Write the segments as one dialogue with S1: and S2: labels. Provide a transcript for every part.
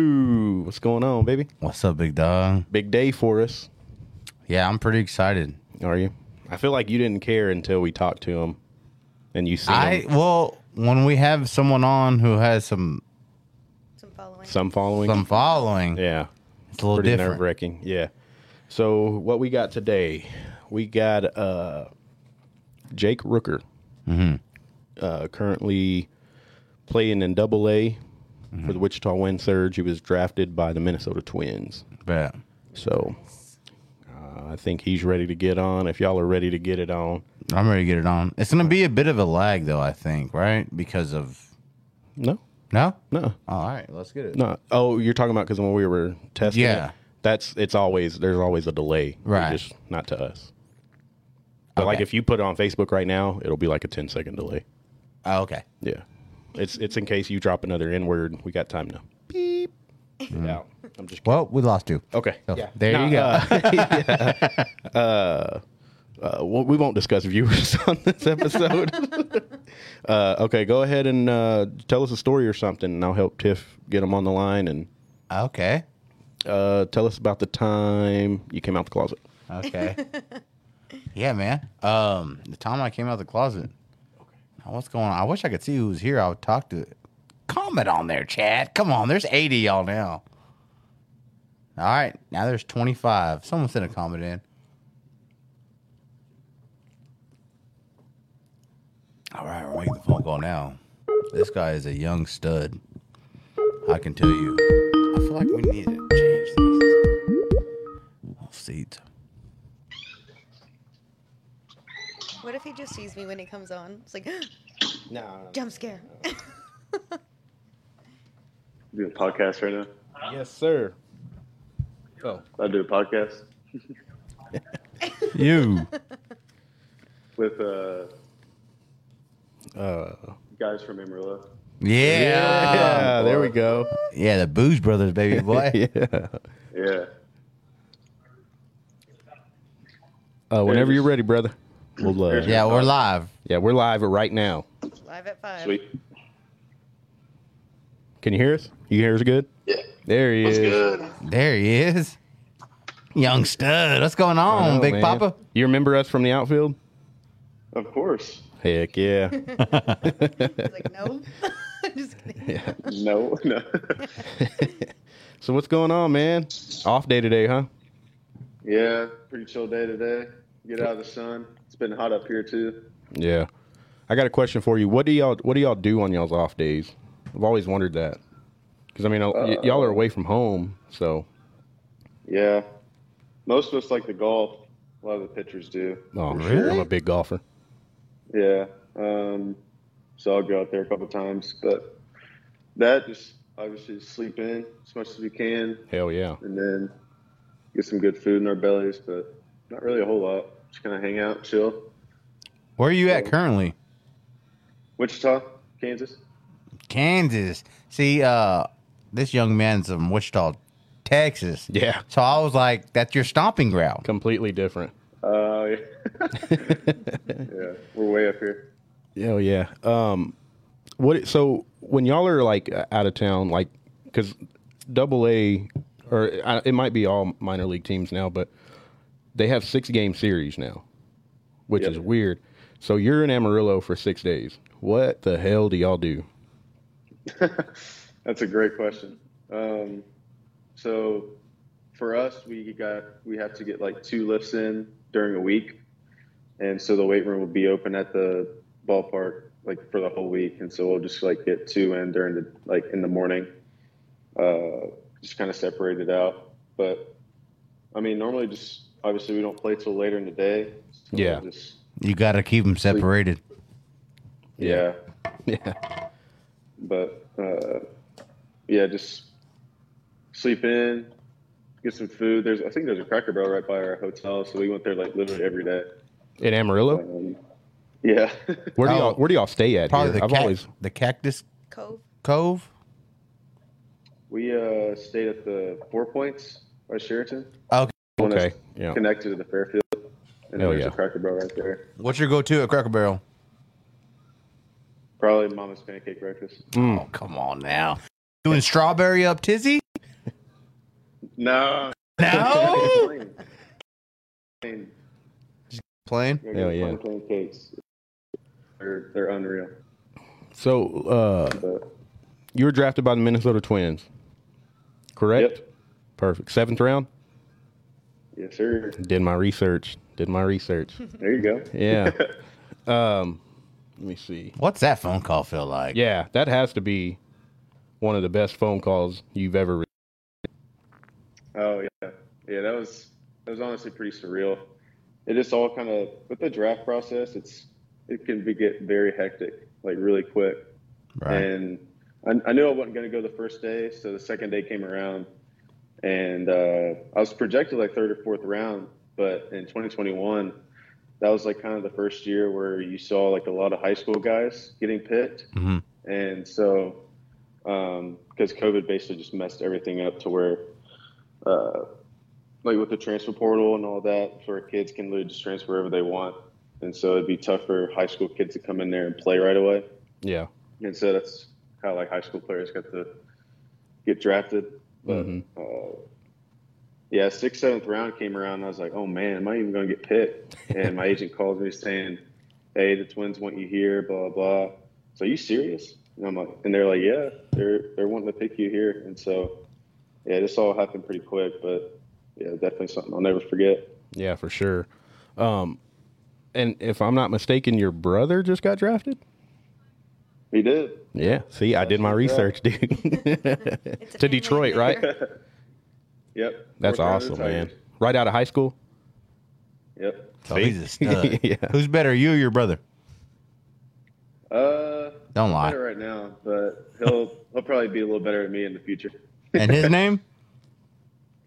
S1: Yo, what's going on, baby?
S2: What's up, big dog?
S1: Big day for us.
S2: Yeah, I'm pretty excited.
S1: Are you? I feel like you didn't care until we talked to him, and you see
S2: I well, when we have someone on who has some
S3: Some following.
S1: some following.
S2: some following,
S1: yeah,
S2: it's a little
S1: pretty nerve
S2: different.
S1: wracking. Yeah. So what we got today? We got uh, Jake Rooker,
S2: Mm-hmm.
S1: uh, currently playing in Double A
S2: Mm-hmm.
S1: for the Wichita Wind Surge. He was drafted by the Minnesota Twins.
S2: But
S1: So uh, I think he's ready to get on. If y'all are ready to get it on,
S2: I'm ready to get it on. It's gonna be a bit of a lag though, I think, right? Because of
S1: no,
S2: no.
S1: no,
S2: All right, let's get it.
S1: no. Oh, you're talking about because when we were testing, it,
S2: Yeah.
S1: that's it's always there's always a delay, We
S2: Right.
S1: Just not to us. But
S2: Okay.
S1: like if you put it on Facebook right now, it'll be like a 10 second delay.
S2: Oh, okay.
S1: Yeah, it's it's in case you drop another N word. We got time now. Beep. Get out. I'm just
S2: Well, we lost two.
S1: okay.
S2: So, Mm. Oh, There you go.
S1: Uh, well, we won't discuss viewers on this episode. uh, okay, go ahead and uh, tell us a story or something, and I'll help Tiff get them on the line and
S2: okay.
S1: uh, tell us about the time you came out the closet.
S2: Okay. yeah, man. Um, the time I came out of the closet. Now, what's going on? I wish I could see who was here. I would talk to. Comment on there, Chad. Come on, there's 80 y'all now. All right, now there's 25. Someone sent a comment in. All right, we're making the phone call now. This guy is a young stud. I can tell you. I feel like we need to change these seats.
S3: What if he just sees me when he comes on? It's like
S1: No.
S3: jump scare.
S4: Doing a podcast right now.
S1: Yes, sir.
S4: I do a podcast
S2: You.
S4: with uh,
S1: Uh,
S4: guys from Amarillo.
S2: Oh, Yeah. yeah.
S1: yeah, there we go.
S2: the Booze Brothers, baby boy.
S1: Yeah.
S4: Yeah.
S1: Uh, whenever you're ready, brother. We'll, uh,
S4: There's-
S2: Yeah, we're live.
S1: yeah, we're live right now.
S3: Live at five.
S4: Sweet.
S1: Can you hear us? You hear us good?
S4: Yeah.
S1: There he
S4: What's
S1: is.
S4: good?
S2: There he is. Young stud. What's going
S1: I
S2: on,
S1: know,
S2: Big
S1: man.
S2: Papa?
S1: You remember us from the outfield?
S4: Of course.
S1: Heck yeah.
S3: He's like, no. just kidding.
S4: No. No.
S1: So what's going on, man? Off day today, huh?
S4: yeah. Pretty chill day today. Get out of the sun. It's been hot up here too.
S1: Yeah. I got a question for you. What do y'all What do y'all do on y'all's off days? I've always wondered that. Because I mean, y- y'all are away from home, so
S4: Yeah. Most of us like the golf. A lot of the pitchers do.
S1: oh,
S4: for
S1: sure,
S4: sure.
S1: I'm a big golfer.
S4: Yeah. Um, so I'll go out there a couple times, but that just obviously sleep in as much as we can,
S1: Hell yeah.
S4: and then get some good food in our bellies, but not really a whole lot. Just kind of hang out, chill.
S2: Where are you at currently?
S4: Wichita, Kansas.
S2: Kansas. See, uh, this young man's from Wichita, Texas.
S1: Yeah.
S2: So I was like, that's your stomping ground.
S1: Completely different.
S4: Uh, yeah. yeah, we're way up here.
S1: Hell yeah. Um, what? So when y'all are like out of town, like because Double A, or I, it might be all minor league teams now, but they have six game series now, which
S4: Yep.
S1: is weird. So you're in Amarillo for six days. What the hell do y'all do?
S4: That's a great question. Um, so for us, we got we have to get like two lifts in during a week, and so the weight room will be open at the ballpark like for the whole week, and so we'll just like get two in during the like in the morning, uh, just kind of separate it out. But I mean, normally just obviously we don't play till later in the day. So we'll
S1: Yeah.
S4: just-
S2: You got to keep them separated.
S4: yeah.
S1: Yeah.
S4: but uh, yeah, just sleep in, get some food. There's I think there's a Cracker Barrel right by our hotel, so we went there like literally every day.
S1: In Amarillo,
S4: Um, yeah,
S1: where do
S2: Oh.
S1: y'all where do y'all stay at?
S2: Probably
S1: here?
S2: the,
S1: I've
S2: cac-
S1: always
S2: the Cactus
S3: Cove.
S2: Cove.
S4: we uh, stayed at the Four Points by Sheraton.
S2: Okay.
S4: The one
S1: okay.
S4: that's
S1: Yeah.
S4: Connected to the Fairfield, and
S1: Hell
S4: there's
S1: yeah.
S4: a Cracker Barrel right there.
S2: What's your go to at Cracker Barrel?
S4: Probably Mama's pancake breakfast.
S1: Hmm.
S2: Oh, come on now. Doing strawberry up tizzy?
S4: No.
S2: No.
S4: Plain. Plain.
S2: Playing?
S4: Yeah,
S1: Hell
S4: plain
S1: yeah.
S4: plain cakes. They're they're unreal.
S1: So uh,
S4: But
S1: you were drafted by the Minnesota Twins, correct?
S4: Yep.
S1: Perfect. Seventh round.
S4: yes, sir.
S1: Did my research. Did my research.
S4: There you go.
S1: Yeah. um, let me see.
S2: What's that phone call feel like?
S1: Yeah, that has to be one of the best phone calls you've ever. Re-
S4: Oh yeah, yeah. That was that was honestly pretty surreal. It just all kind of with the draft process. It's it can be get very hectic, like really quick.
S2: Right.
S4: And I, I knew I wasn't going to go the first day, so the second day came around, and uh, I was projected like third or fourth round. But in 2021, that was like kind of the first year where you saw like a lot of high school guys getting picked,
S2: Mhm.
S4: and so because COVID basically just messed everything up to where. Uh, like with the transfer portal and all that, where kids can literally just transfer wherever they want, and so it'd be tough for high school kids to come in there and play right away
S1: yeah.
S4: and so that's how like high school players got to get drafted. But
S1: Mhm.
S4: uh, yeah, sixth, seventh round came around. And I was like, oh man, am I even going to get picked? And my agent called me saying, hey, the Twins want you here, blah blah. So you serious? And I'm like, and they're like, yeah, they're they're wanting to pick you here. And so yeah, this all happened pretty quick, but yeah, definitely something I'll never forget.
S1: Yeah, for sure. Um, and if I'm not mistaken, your brother just got drafted.
S4: He did.
S1: Yeah. See, I did my
S4: That's right.
S1: research, dude.
S3: It's
S1: to
S3: a family
S1: Detroit,
S3: affair.
S1: right?
S4: Yep.
S1: That's
S4: Fourth round of
S1: awesome,
S4: the Tigers.
S1: man. Right out of high school.
S4: Yep.
S2: So he's a stud.
S1: Yeah.
S2: Who's better, you or your brother?
S4: Uh,
S2: Don't
S4: I'm
S2: lie.
S4: Better right now, but he'll he'll probably be a little better at me in the future.
S2: And his name?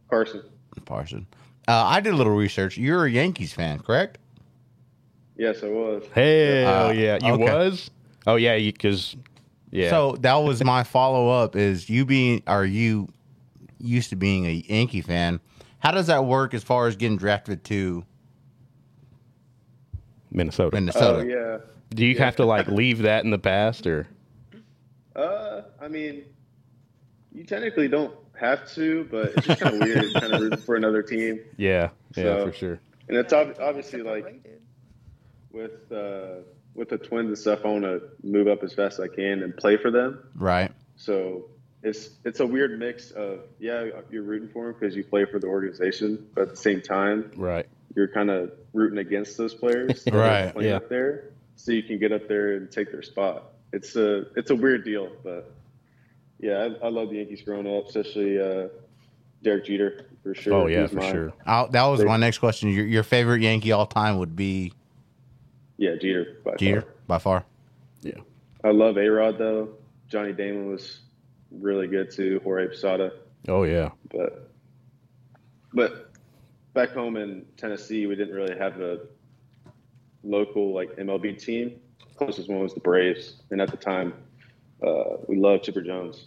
S4: Carson.
S2: Parson. Uh, I did a little research. You're a Yankees fan, correct?
S4: Yes, I was.
S1: Hell
S2: Uh,
S1: yeah. You
S2: okay.
S1: was? Oh yeah, because yeah.
S2: So that was my follow up is you being are you used to being a Yankee fan. How does that work as far as getting drafted to
S1: Minnesota.
S4: Oh
S2: Minnesota?
S4: yeah.
S1: Do you have to like leave that in the past or
S4: Uh, I mean, you technically don't have to, but it's just kind of weird, kind of rooting for another team,
S1: yeah. Yeah,
S4: So-
S1: for sure.
S4: and it's ob- obviously
S3: Separate
S4: like
S3: rated.
S4: with uh, with the Twins and stuff. I want to move up as fast as I can and play for them.
S2: Right.
S4: So it's it's a weird mix of yeah, you're rooting for them because you play for the organization, but at the same time,
S1: Right.
S4: you're kind of rooting against those players that are
S2: Right,
S4: playing
S1: yeah.
S4: up there so you can get up there and take their spot it's a it's a weird deal but yeah i, I love the yankees growing up especially uh derek jeter for sure
S1: Oh yeah,
S4: He's
S1: for
S4: mine.
S1: sure.
S2: i that was my next question. Your, your favorite Yankee all time would be
S4: yeah jeter by
S2: Jeter
S4: far.
S2: by far.
S1: Yeah.
S4: i love a rod though johnny damon was really good too jorge posada
S1: Oh yeah.
S4: but but back home in Tennessee, we didn't really have a local like MLB team. Closest one was the Braves, and at the time, uh, we loved Chipper Jones.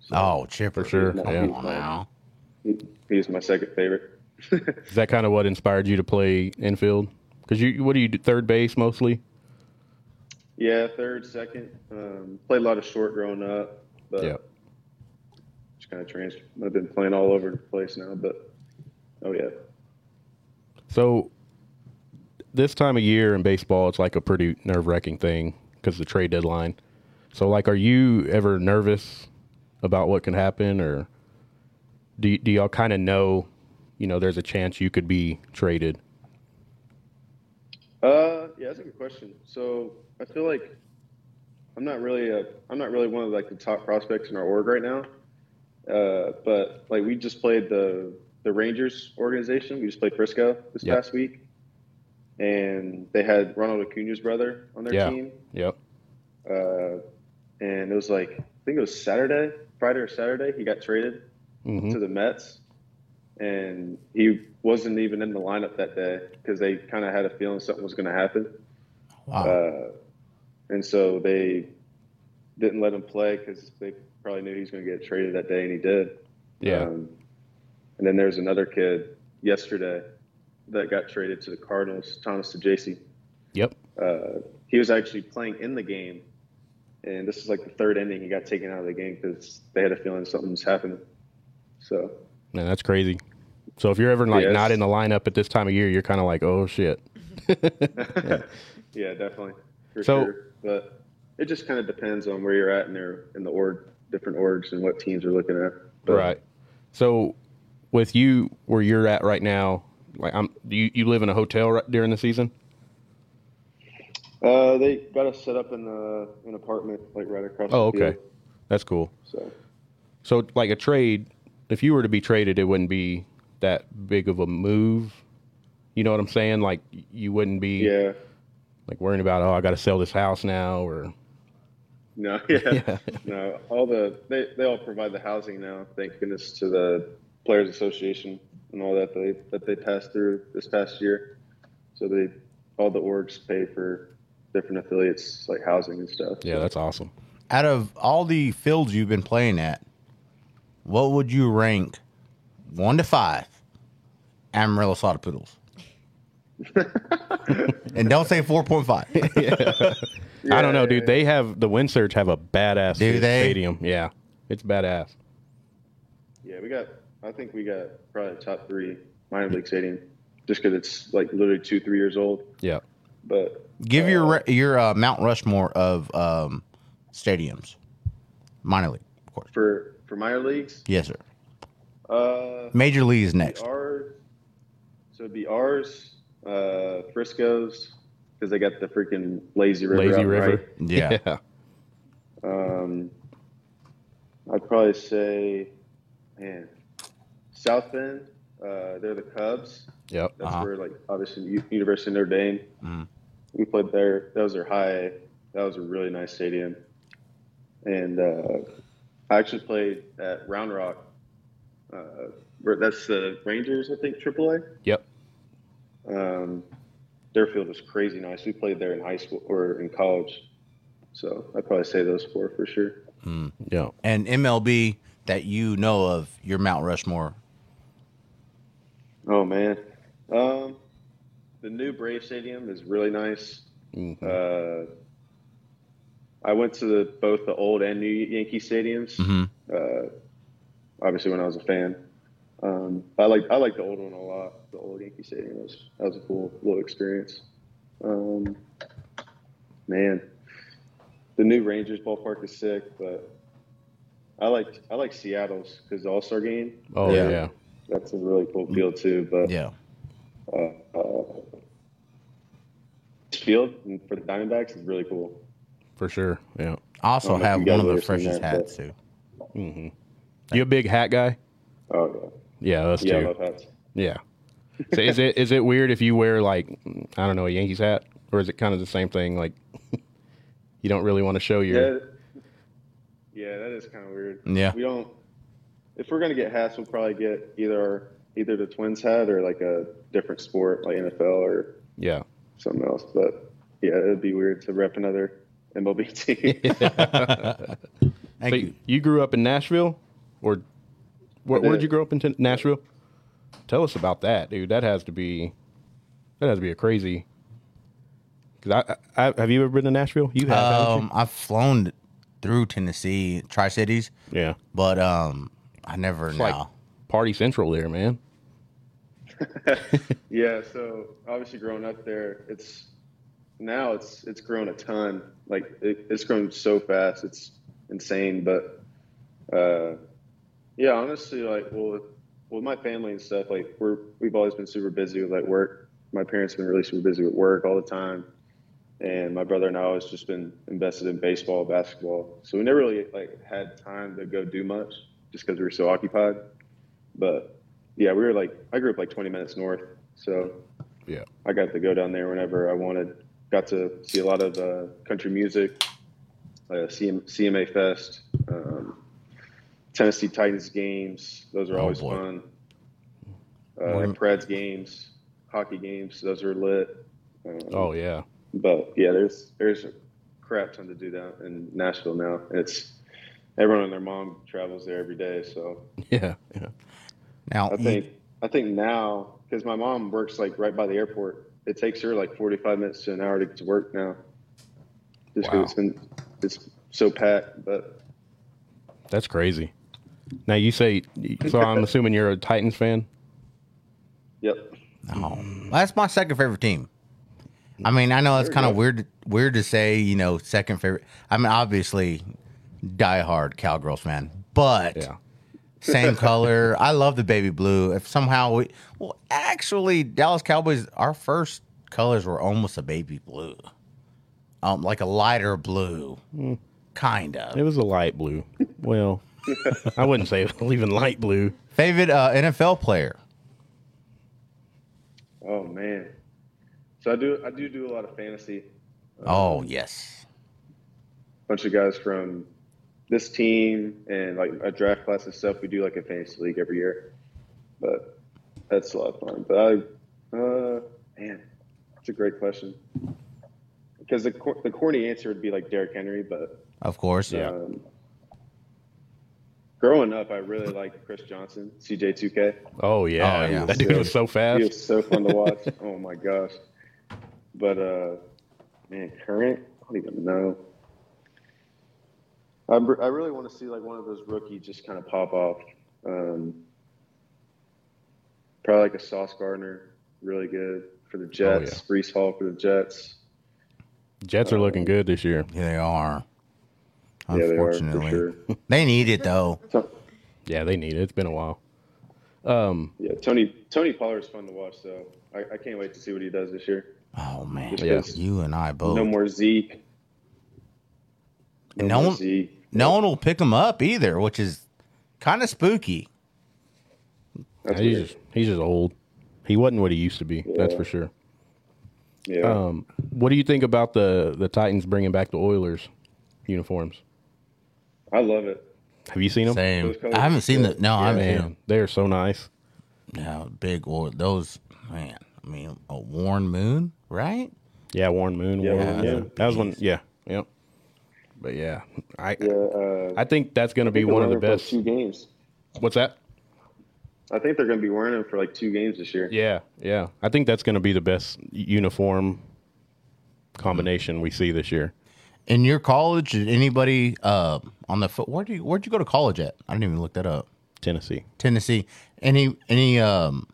S4: So
S2: Oh, Chipper.
S1: For sure,
S2: Come
S1: yeah.
S2: on now.
S4: he, he was my second favorite.
S1: Is that kind of what inspired you to play infield? Because you, what do you do? Third base mostly.
S4: yeah, third, second. Um, played a lot of short growing up, but
S1: Yeah.
S4: just kind of trans. I've been playing all over the place now, but oh yeah,
S1: So this time of year in baseball, it's like a pretty nerve wracking thing because the trade deadline. So like, are you ever nervous about what can happen, or do y- do y'all kind of know, you know, there's a chance you could be traded?
S4: Uh, yeah, that's a good question. So I feel like I'm not really a I'm not really one of like the top prospects in our org right now. Uh, but like we just played the the Rangers organization. We just played Frisco this
S1: Yeah.
S4: past week, and they had Ronald Acuna's brother on their
S1: Yeah.
S4: team.
S1: Yep.
S4: Uh, and it was like I think it was Saturday, Friday or Saturday. He got traded
S1: hmm
S4: to the Mets, and he wasn't even in the lineup that day because they kind of had a feeling something was going to happen.
S2: Wow.
S4: Uh, and so they didn't let him play because they probably knew he was going to get traded that day, and he did.
S1: Yeah.
S4: Um, and then there's another kid yesterday that got traded to the Cardinals, Thomas DeJacy.
S1: yep.
S4: Uh, he was actually playing in the game, And this is like the third inning. He got taken out of the game because they had a feeling something's happening. So
S1: Man, that's crazy. So if you're ever like
S4: Yes.
S1: not in the lineup at this time of year, you're kind of like, oh shit.
S4: yeah, definitely for
S1: So-
S4: sure. But it just kind of depends on where you're at in their in the org, different orgs, and what teams are looking at. But
S1: Right. So with you where you're at right now, like I'm do you, you live in a hotel right during the season?
S4: Uh, they got us set up in the an apartment like right across.
S1: Oh,
S4: the
S1: okay.
S4: Field,
S1: That's cool.
S4: so
S1: So like a trade, if you were to be traded, it wouldn't be that big of a move. You know what I'm saying? Like you wouldn't be
S4: yeah,
S1: like worrying about, oh, I got to sell this house now or
S4: no, yeah, no. All the they they all provide the housing now. Thank goodness to the Players Association and all that they that they passed through this past year. So they all the orgs pay for different affiliates like housing and stuff.
S1: yeah, that's awesome.
S2: Out of all the fields you've been playing at, what would you rank one to five Amarillo Slaughter Poodles? and don't say 4.5.
S1: I don't know,
S4: Yeah.
S1: dude. They have the Wind Surge have a badass
S2: Do they?
S1: stadium. Yeah, it's badass.
S4: Yeah, we got. I think we got probably top three minor league stadium, just because it's like literally two, three years old.
S1: Yeah.
S4: But
S2: Give your re- your uh, Mount Rushmore of um, stadiums, minor league, of course.
S4: for for minor leagues,
S2: Yes, sir.
S4: uh,
S2: Major league is
S4: it'd be
S2: next.
S4: ours. So it'd be ours, uh, Frisco's, because they got the freaking lazy river.
S1: Lazy
S4: out
S1: River.
S2: Yeah.
S4: Right. Um, I'd probably say, man, South Bend. Uh, they're the Cubs.
S1: Yep.
S4: That's
S2: Uh-huh.
S4: where, like, obviously, U- University of Notre Dame.
S2: Mhm.
S4: We played there. That was their high. That was a really nice stadium. And uh, I actually played at Round Rock. Uh, where that's the Rangers, I think, AAA.
S1: Yep.
S4: Um, their field was crazy nice. We played there in high school or in college. So I'd probably say those four for sure.
S1: Yeah.
S2: And MLB that you know of, your Mount Rushmore.
S4: Oh, man. Um, the new Brave Stadium is really nice.
S1: Mhm.
S4: Uh, I went to the, both the old and new Yankee stadiums.
S2: hmm
S4: Uh, obviously, when I was a fan, um, I like I like the old one a lot. The old Yankee Stadium was that was a cool little experience. Um, man, the new Rangers ballpark is sick, but I like I like Seattle's because the All Star game.
S1: Oh
S2: Yeah.
S1: yeah.
S4: That's a really cool field too. But
S2: Yeah.
S4: uh, uh, this field for the Diamondbacks is really cool.
S1: for sure. Yeah.
S2: I also
S4: I don't know if
S2: have
S4: you guys
S2: one of the
S4: ever seen
S2: freshest
S4: that,
S2: hats too.
S1: hmm You a big hat guy?
S4: Oh
S1: Yeah, us
S4: yeah, yeah, I
S1: too.
S4: love hats.
S1: Yeah. So is it is it weird if you wear like I don't know a Yankees hat or is it kind of the same thing like you don't really want to show your
S4: Yeah. Yeah, that is kind of weird.
S2: Yeah.
S4: We don't. If we're gonna get hats, we'll probably get either our, either the Twins hat or like a different sport, like NFL or
S1: yeah
S4: something else. But yeah, it'd be weird to rep another MLB team.
S2: Thank
S1: So
S2: you.
S1: you. grew up in Nashville, or where, where did you grow up in Ten- Nashville? Tell us about that, dude. That has to be that has to be a crazy. Cause I, I, I have you ever been to Nashville? You have, haven't
S2: Um, I've flown through Tennessee, Tri Cities,
S1: you? Yeah,
S2: but um, I never
S1: it's
S2: know.
S1: like Party Central there, man.
S4: yeah. So obviously, growing up there, it's now it's it's grown a ton. Like it, it's grown so fast, it's insane. But uh, yeah, honestly, like well, with my family and stuff, like we're we've always been super busy with like work. My parents have been really super busy with work all the time, and my brother and I always just been invested in baseball, basketball. So we never really like had time to go do much, just because we were so occupied. But yeah, we were like I grew up like 20 minutes north, so
S1: Yeah.
S4: I got to go down there whenever I wanted. Got to see a lot of uh, country music, uh, CM, CMA Fest, um, Tennessee Titans games. Those are
S2: Oh,
S4: always
S2: boy.
S4: fun. Uh,
S2: We're-
S4: Preds games, hockey games. Those are lit. Um,
S1: Oh yeah,
S4: But yeah, there's there's a crap ton to do down in Nashville now. And it's everyone and their mom travels there every day, so
S1: yeah, yeah.
S2: now,
S4: I
S2: you-
S4: think I think now because my mom works like right by the airport, it takes her like forty five minutes to an hour to get to work now. Just 'cause
S2: Wow.
S4: it's been it's so packed. But
S1: That's crazy. Now you say so. I'm assuming you're a Titans fan.
S4: yep,
S2: Oh, that's my second favorite team. I mean, I know it's
S4: There you
S2: kind of
S4: go.
S2: weird weird to say, you know, second favorite. I mean, obviously, diehard Cowgirls fan, but
S1: Yeah.
S2: same color. I love the baby blue. If somehow we, well, actually, Dallas Cowboys, our first colors were almost a baby blue, um, like a lighter blue, kind of.
S1: It was a light blue. Well, I wouldn't say it was even light blue.
S2: Favorite uh, NFL player?
S4: oh man. So I do I do do a lot of fantasy.
S2: Oh yes,
S4: bunch of guys from this team and like a draft class and stuff. We do like a fantasy league every year, but that's a lot of fun. But I, uh, man, that's a great question because the cor- the corny answer would be like Derrick Henry, but
S2: of course.
S4: um, growing up, I really liked Chris Johnson, CJ2K.
S1: Oh yeah,
S2: Oh, yeah.
S1: that dude was so
S4: He
S1: fast.
S4: was so fun to watch. oh my gosh! But uh, man, current, I don't even know. I, br- I really want to see like one of those rookies just kind of pop off. Um, probably like a Sauce Gardner, really good for
S2: Oh,
S4: the Jets. Brees Hall for the Jets.
S1: Jets are looking good this year.
S2: Here they are.
S4: Yeah, they are
S2: Unfortunately,
S4: for sure.
S2: they need it though.
S4: So-
S1: Yeah, they need it. It's been a while. Um,
S4: yeah, Tony Tony Pollard's fun to watch, so I, I can't wait to see what he does this year.
S2: Oh man,
S1: Yeah.
S2: you and I both.
S4: No
S2: No,
S4: more Zeke.
S2: Oh. No
S4: more
S2: one-
S4: Zeke.
S2: one will pick him up either, which is kind of spooky.
S4: That's
S1: he's
S4: weird.
S1: just, he's just old. He wasn't what he used to be. That's
S4: Yeah.
S1: for sure.
S4: Yeah.
S2: Oh.
S1: Um, what do you think about the the Titans bringing back the Oilers uniforms?
S4: I love it.
S1: Have you seen them?
S2: Same.
S4: Those colors
S2: I haven't
S4: are
S2: seen the
S4: good.
S2: no. I haven't seen
S1: Man, they are so nice.
S2: them. no big or those man. I mean, a Warren Moon, right?
S1: Yeah, Warren Moon.
S4: Yeah,
S1: Warren,
S4: yeah.
S1: yeah. That was one. Yeah, yep. But yeah, I
S4: Yeah, uh,
S1: I think that's going to be one of the
S4: they're wearing them for
S1: best.
S4: Two games.
S1: What's that?
S4: I think they're going to be wearing them for like two games this year.
S1: Yeah, yeah. I think that's going to be the best uniform combination we see this year.
S2: In your college, did anybody uh, on the foot? Where do you where'd you go to college at? I didn't even look that up.
S1: Tennessee.
S2: Tennessee. Any any um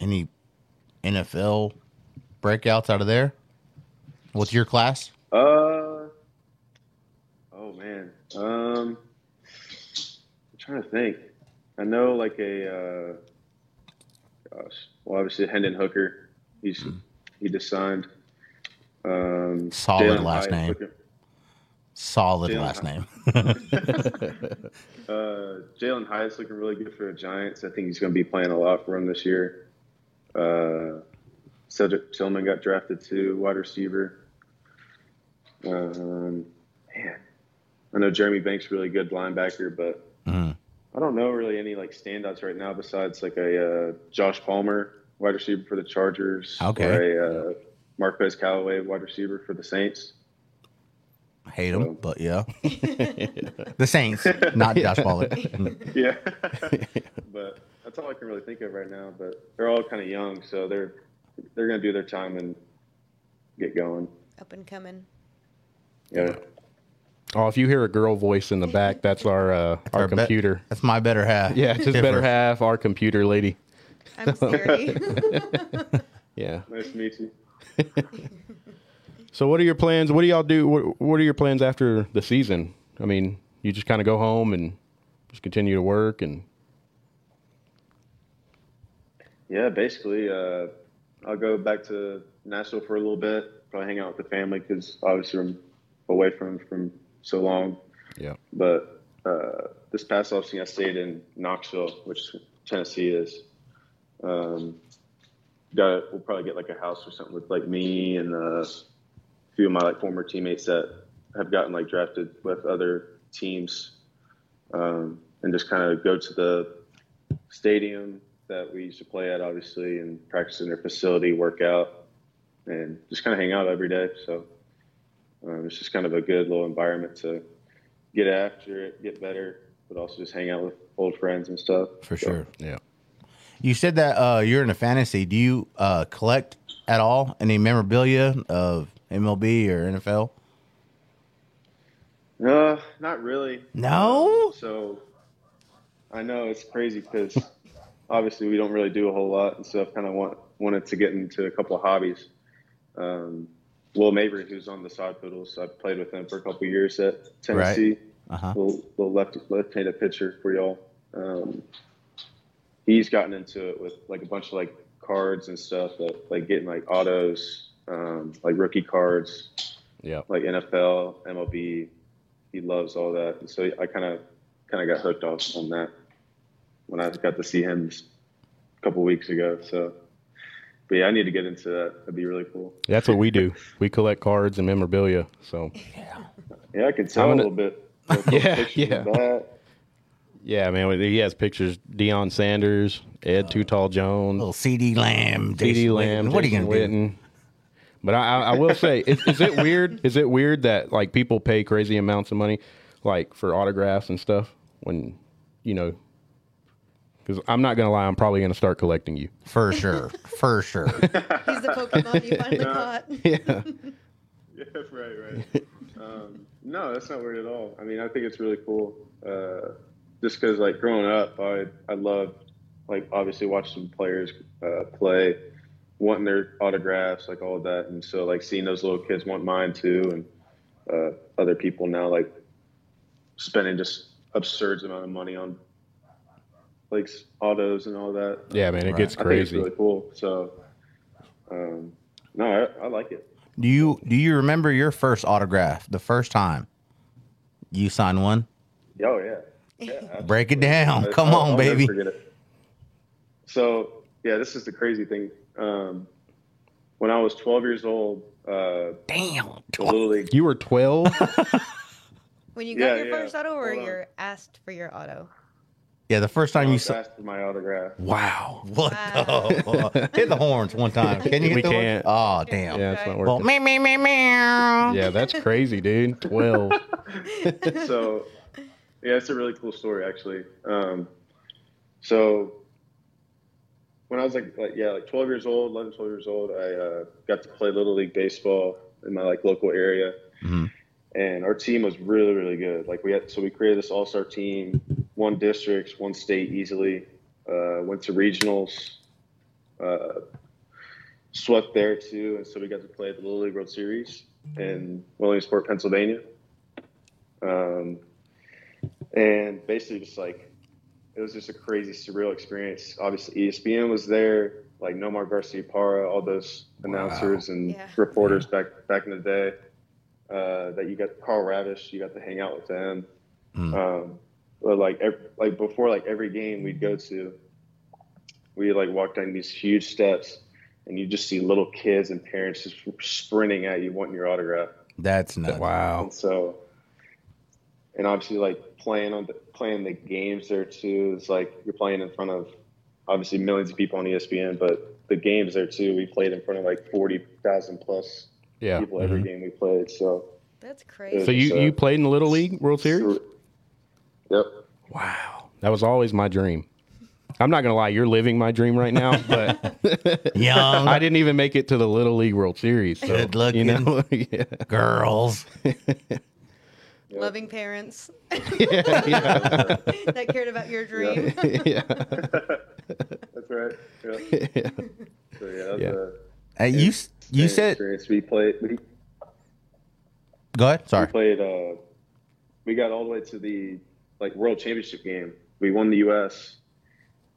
S2: any NFL breakouts out of there? What's your class?
S4: Uh, oh man. Um, I'm trying to think. I know like a. Uh, gosh. Well, obviously Hendon Hooker. He's
S1: Hmm.
S4: he just signed. Um,
S2: Solid
S4: Jalen
S2: last
S4: Hyatt
S2: name.
S4: looking-
S2: Solid
S4: Yeah.
S2: last name.
S4: Uh, Jalen Hyatt's looking really good for the Giants. I think he's going to be playing a lot for them this year. Uh, Cedric Tillman got drafted to wide receiver. Um, man, I know Jeremy Banks really good linebacker, but
S2: Mhm.
S4: I don't know really any like standouts right now besides like a uh, Josh Palmer wide receiver for the Chargers
S2: Okay.
S4: or a uh, Marquez Callaway wide receiver for the Saints.
S2: Hate them, but yeah. the Saints, not Josh Pollard.
S4: Yeah. but that's all I can really think of right now. But they're all kind of young, so they're they're gonna do their time and get going.
S3: Up and coming.
S4: Yeah.
S1: Oh, if you hear a girl voice in the back, that's our uh, our,
S2: our bet-
S1: computer.
S2: That's my better half.
S1: Yeah, it's his
S2: Kiffer.
S1: better half, our computer lady.
S3: I'm scary.
S1: Yeah.
S4: Nice to meet you.
S1: So, what are your plans? What do y'all do? What, what are your plans after the season? I mean, you just kind of go home and just continue to work, and
S4: Yeah, basically, uh, I'll go back to Nashville for a little bit. Probably hang out with the family because obviously I'm away from from so long.
S1: yeah,
S4: But uh, this past offseason, I stayed in Knoxville, which Tennessee is. Um, got we'll probably get like a house or something with like me and uh, a few of my like former teammates that have gotten like drafted with other teams, um, and just kind of go to the stadium that we used to play at, obviously, and practice in their facility, work out, and just kind of hang out every day. So um, it's just kind of a good little environment to get after it, get better, but also just hang out with old friends and stuff.
S2: for
S4: So,
S2: sure.
S1: yeah.
S2: You said that uh, you're in a fantasy. Do you uh, collect at all any memorabilia of MLB or NFL?
S4: No, uh, not really.
S2: No?
S4: So I know it's crazy because obviously we don't really do a whole lot, and so I've kind of want, wanted to get into a couple of hobbies. Um, Will Mabry, who's on the side poodles, I played with him for a couple of years at Tennessee.
S2: Uh-huh.
S4: Little, little left left-handed pitcher for y'all. Um, he's gotten into it with like a bunch of like cards and stuff that like getting like autos, um, like rookie cards,
S1: Yeah.
S4: like NFL, MLB. He loves all that, and so I kind of kind of got hooked off on that when I got to see him a couple weeks ago. So, but yeah, I need to get into that. That'd be really cool.
S1: That's what we do. We collect cards and memorabilia. So
S4: Yeah, I can tell
S1: gonna-
S4: a little bit.
S1: Yeah,
S4: Pictures of
S1: yeah.
S4: that.
S1: yeah, man, he has pictures. Deion Sanders, Ed Too Tall Jones,
S2: Little CD Lamb.
S1: P.D.
S2: Oh. Jason
S1: Lamb.
S2: Witten. What are you
S1: Jason
S2: going to do?
S1: Witten. But I, I, I will say, is, is it weird? Is it weird that like people pay crazy amounts of money, like for autographs and stuff? When you know, because I'm not gonna lie, I'm probably gonna start collecting you.
S2: For sure. For sure.
S3: He's the Pokemon you finally caught.
S1: Yeah,
S4: Yeah, right, right. um, no, that's not weird at all. I mean, I think it's really cool. Uh, just because, like, growing up, I I loved, like, obviously watching players uh, play, wanting their autographs, like all of that, and so like seeing those little kids want mine too, and uh, other people now like spending just absurd amount of money on like s- autos and all that.
S1: yeah, man, it
S2: Right.
S1: gets
S4: I think it's
S1: crazy.
S4: really cool. So, um, no, I, I like it.
S2: Do you do you remember your first autograph? The first time you signed one?
S4: Oh yeah. yeah absolutely.
S2: Break it down.
S4: I-
S2: Come
S4: I'll-
S2: on,
S4: I'll never
S2: baby.
S4: forget it. So yeah, this is the crazy thing. Um, when I was 12 years old, uh,
S2: Damn.
S4: Little League,
S1: You were 12.
S3: When you got
S4: Yeah,
S3: your
S4: yeah.
S3: first auto or
S4: Hold on.
S3: you're asked for your auto?
S2: Yeah, the first
S4: I
S2: time you
S4: was
S2: saw.
S4: asked for my autograph.
S2: Wow. What
S3: Wow.
S2: the? Hit the horns one time. Can you hit
S1: We
S2: the horns?
S1: can't.
S2: Oh, damn.
S1: yeah, it's not
S2: Well,
S1: working.
S2: meow, meow, meow, meow.
S1: Yeah, that's crazy, dude. 12.
S4: so yeah, it's a really cool story actually. Um, so when I was like, like yeah, like 12 years old, 11, 12 years old, I uh, got to play little league baseball in my like local area.
S2: Mhm.
S4: and our team was really really good like we had so we created this all-star team won districts won state easily uh, went to regionals uh, swept there too and so we got to play at the little league world series in williamsport pennsylvania um, and basically just like it was just a crazy surreal experience obviously E espn was there like nomar garcia para all those announcers and
S3: Yeah.
S4: reporters back back in the day uh, that you got Carl Ravish, you got to hang out with them.
S2: Mm.
S4: Um, but like ev like before like every game we'd go to, we like walk down these huge steps, and you just see little kids and parents just sprinting at you wanting your autograph.
S2: That's nuts.
S1: Wow.
S4: And so, and obviously like playing on the, playing the games there too is like you're playing in front of obviously millions of people on E ESPN, but the games there too we played in front of like forty thousand plus
S1: Yeah.
S4: people
S2: Mm-hmm.
S4: every game we played. So.
S3: That's crazy.
S1: So you you played in the Little League World Series?
S4: Yep.
S1: Wow. That was always my dream. I'm not gonna lie, you're living my dream right now, but
S2: Young
S1: I didn't even make it to the Little League World Series. So,
S2: Good
S1: You
S2: looking.
S1: know, yeah.
S2: girls.
S3: Loving parents
S1: Yeah, yeah,
S3: that cared about your dream.
S1: yeah.
S4: That's right. Yeah. So yeah, that's
S1: Yeah.
S4: a
S2: Hey, you s- you
S4: same
S2: said
S4: experience. we played we,
S2: go ahead.
S4: we
S2: Sorry.
S4: played uh we got all the way to the like world championship game. We won the US.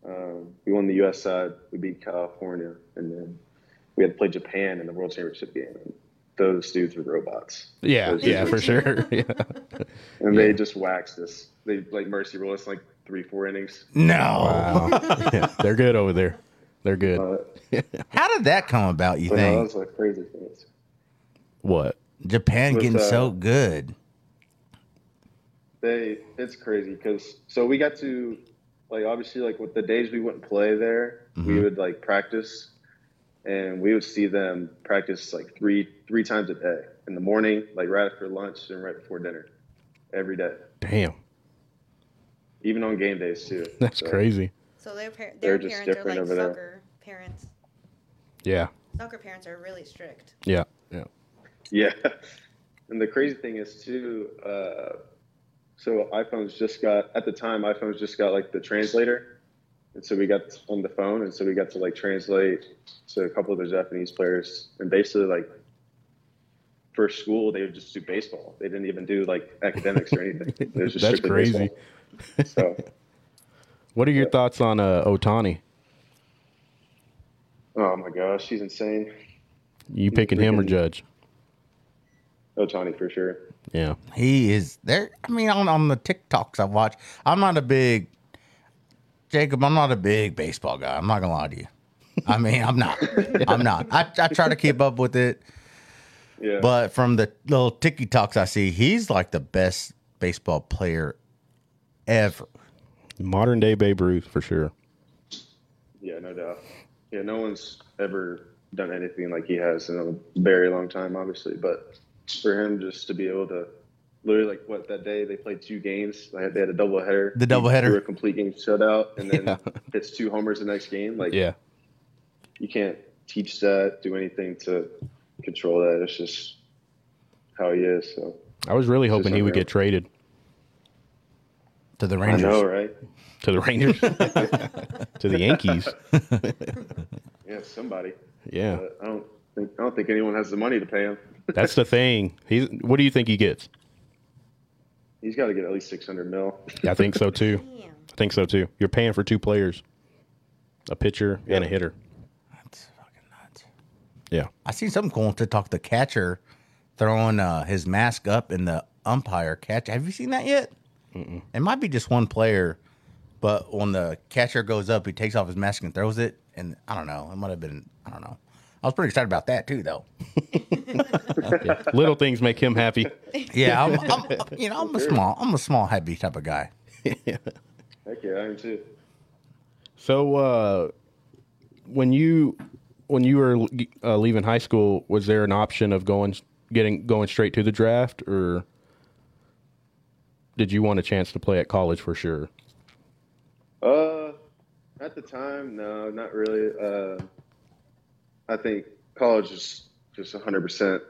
S4: Um, we won the US side. We beat California and then we had to play Japan in the world championship game. And those dudes were robots.
S1: Yeah,
S4: Those dudes
S1: yeah,
S4: were-
S1: for sure. Yeah.
S4: And they just waxed us. They like mercy ruled us in, like three, four innings.
S2: No.
S1: Yeah, They're good over there. They're good.
S4: Uh,
S2: How did that come about? You
S4: but no, that
S2: think
S4: was like crazy things.
S1: what?
S2: Japan
S4: With,
S2: getting
S4: uh,
S2: so good?
S4: they it's crazy because so we got to like obviously like with the days we wouldn't play there we would like practice and we would see them practice like three three times a day in the morning like right after lunch and right before dinner every day
S1: Damn.
S4: even on game days too
S1: That's
S4: So,
S1: crazy.
S3: So their, par- their
S4: They're just
S3: parents are
S4: different
S3: like
S4: over there.
S3: soccer parents.
S1: Yeah.
S3: Soccer parents are really strict.
S1: Yeah. Yeah.
S4: yeah And the crazy thing is too, uh, so iPhones just got at the time iPhones just got like the translator, and so we got on the phone, and so we got to like translate to a couple of the Japanese players, and basically like for school they would just do baseball. They didn't even do like academics or anything. It was just
S1: That's
S4: strictly
S1: crazy.
S4: baseball.
S1: What are your thoughts on uh, Otani?
S4: So, oh my gosh, he's insane.
S1: You picking him or
S4: freaking-
S1: Judge?
S4: Otani Oh, for sure.
S1: Yeah.
S2: He is there. I mean, on, on the TikToks I watch, I'm not a big Jacob. I'm not a big baseball guy. I'm not gonna lie to you. I mean, I'm not. I'm not. I, I try to keep up with it,
S4: Yeah.
S2: but from the little TikToks I see, he's like the best baseball player ever.
S1: Modern day Babe Ruth for sure.
S4: Yeah, no doubt. Yeah, no one's ever done anything like he has in a very long time, obviously. But for him just to be able to literally like what that day they played two games. They had, they had a doubleheader.
S2: The doubleheader.
S4: They were a complete game shutout, and then hits two homers the next game. Like
S1: Yeah.
S4: you can't teach that, do anything to control that. It's just how he is. So
S1: I was really hoping he would
S4: unreal.
S1: get traded
S2: To the
S4: I
S2: Rangers,
S4: know, right?
S1: to the Rangers, to the Yankees.
S4: Yeah, somebody.
S1: Yeah.
S4: But I don't think I don't think anyone has the money to pay him.
S1: That's the thing. He's. What do you think he gets?
S4: He's got to get at least six hundred mil.
S1: I think so too.
S3: Damn.
S1: I think so too. You're paying for two players, a pitcher and a hitter.
S2: That's fucking nuts.
S1: Yeah.
S2: I seen something cool on TikTok. The catcher throwing uh, his mask up in the umpire catch. Have you seen that yet? It might be just one player, but when the catcher goes up, he takes off his mask and throws it. And I don't know. It might have been. I don't know. I was pretty excited about that too, though.
S1: yeah. Little things make him happy.
S2: Yeah, I'm, I'm, you know, I'm a small, I'm a small heavy type of guy.
S4: Heck yeah, I am too.
S1: So uh, when you when you were uh, leaving high school, was there an option of going getting going straight to the draft, or did you want a chance to play at college for sure?
S4: Uh, at the time, no, not really. Uh, I think college is just 100%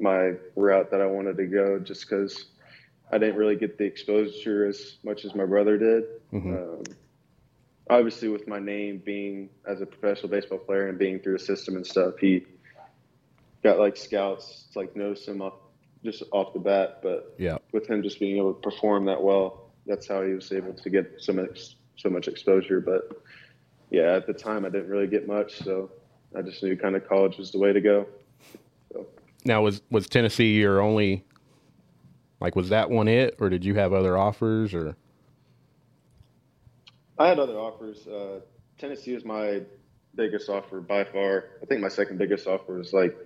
S4: my route that I wanted to go just because I didn't really get the exposure as much as my brother did. Um, obviously, with my name being as a professional baseball player and being through the system and stuff, he got like scouts to, like notice him off, just off the bat. But
S1: Yeah,
S4: with him just being able to perform that well, that's how he was able to get so much so much exposure. But yeah, at the time I didn't really get much, so I just knew kind of college was the way to go.
S1: Now was was Tennessee your only like was that one it or did you have other offers or
S4: I had other offers. Uh, Tennessee was my biggest offer by far. I think my second biggest offer was like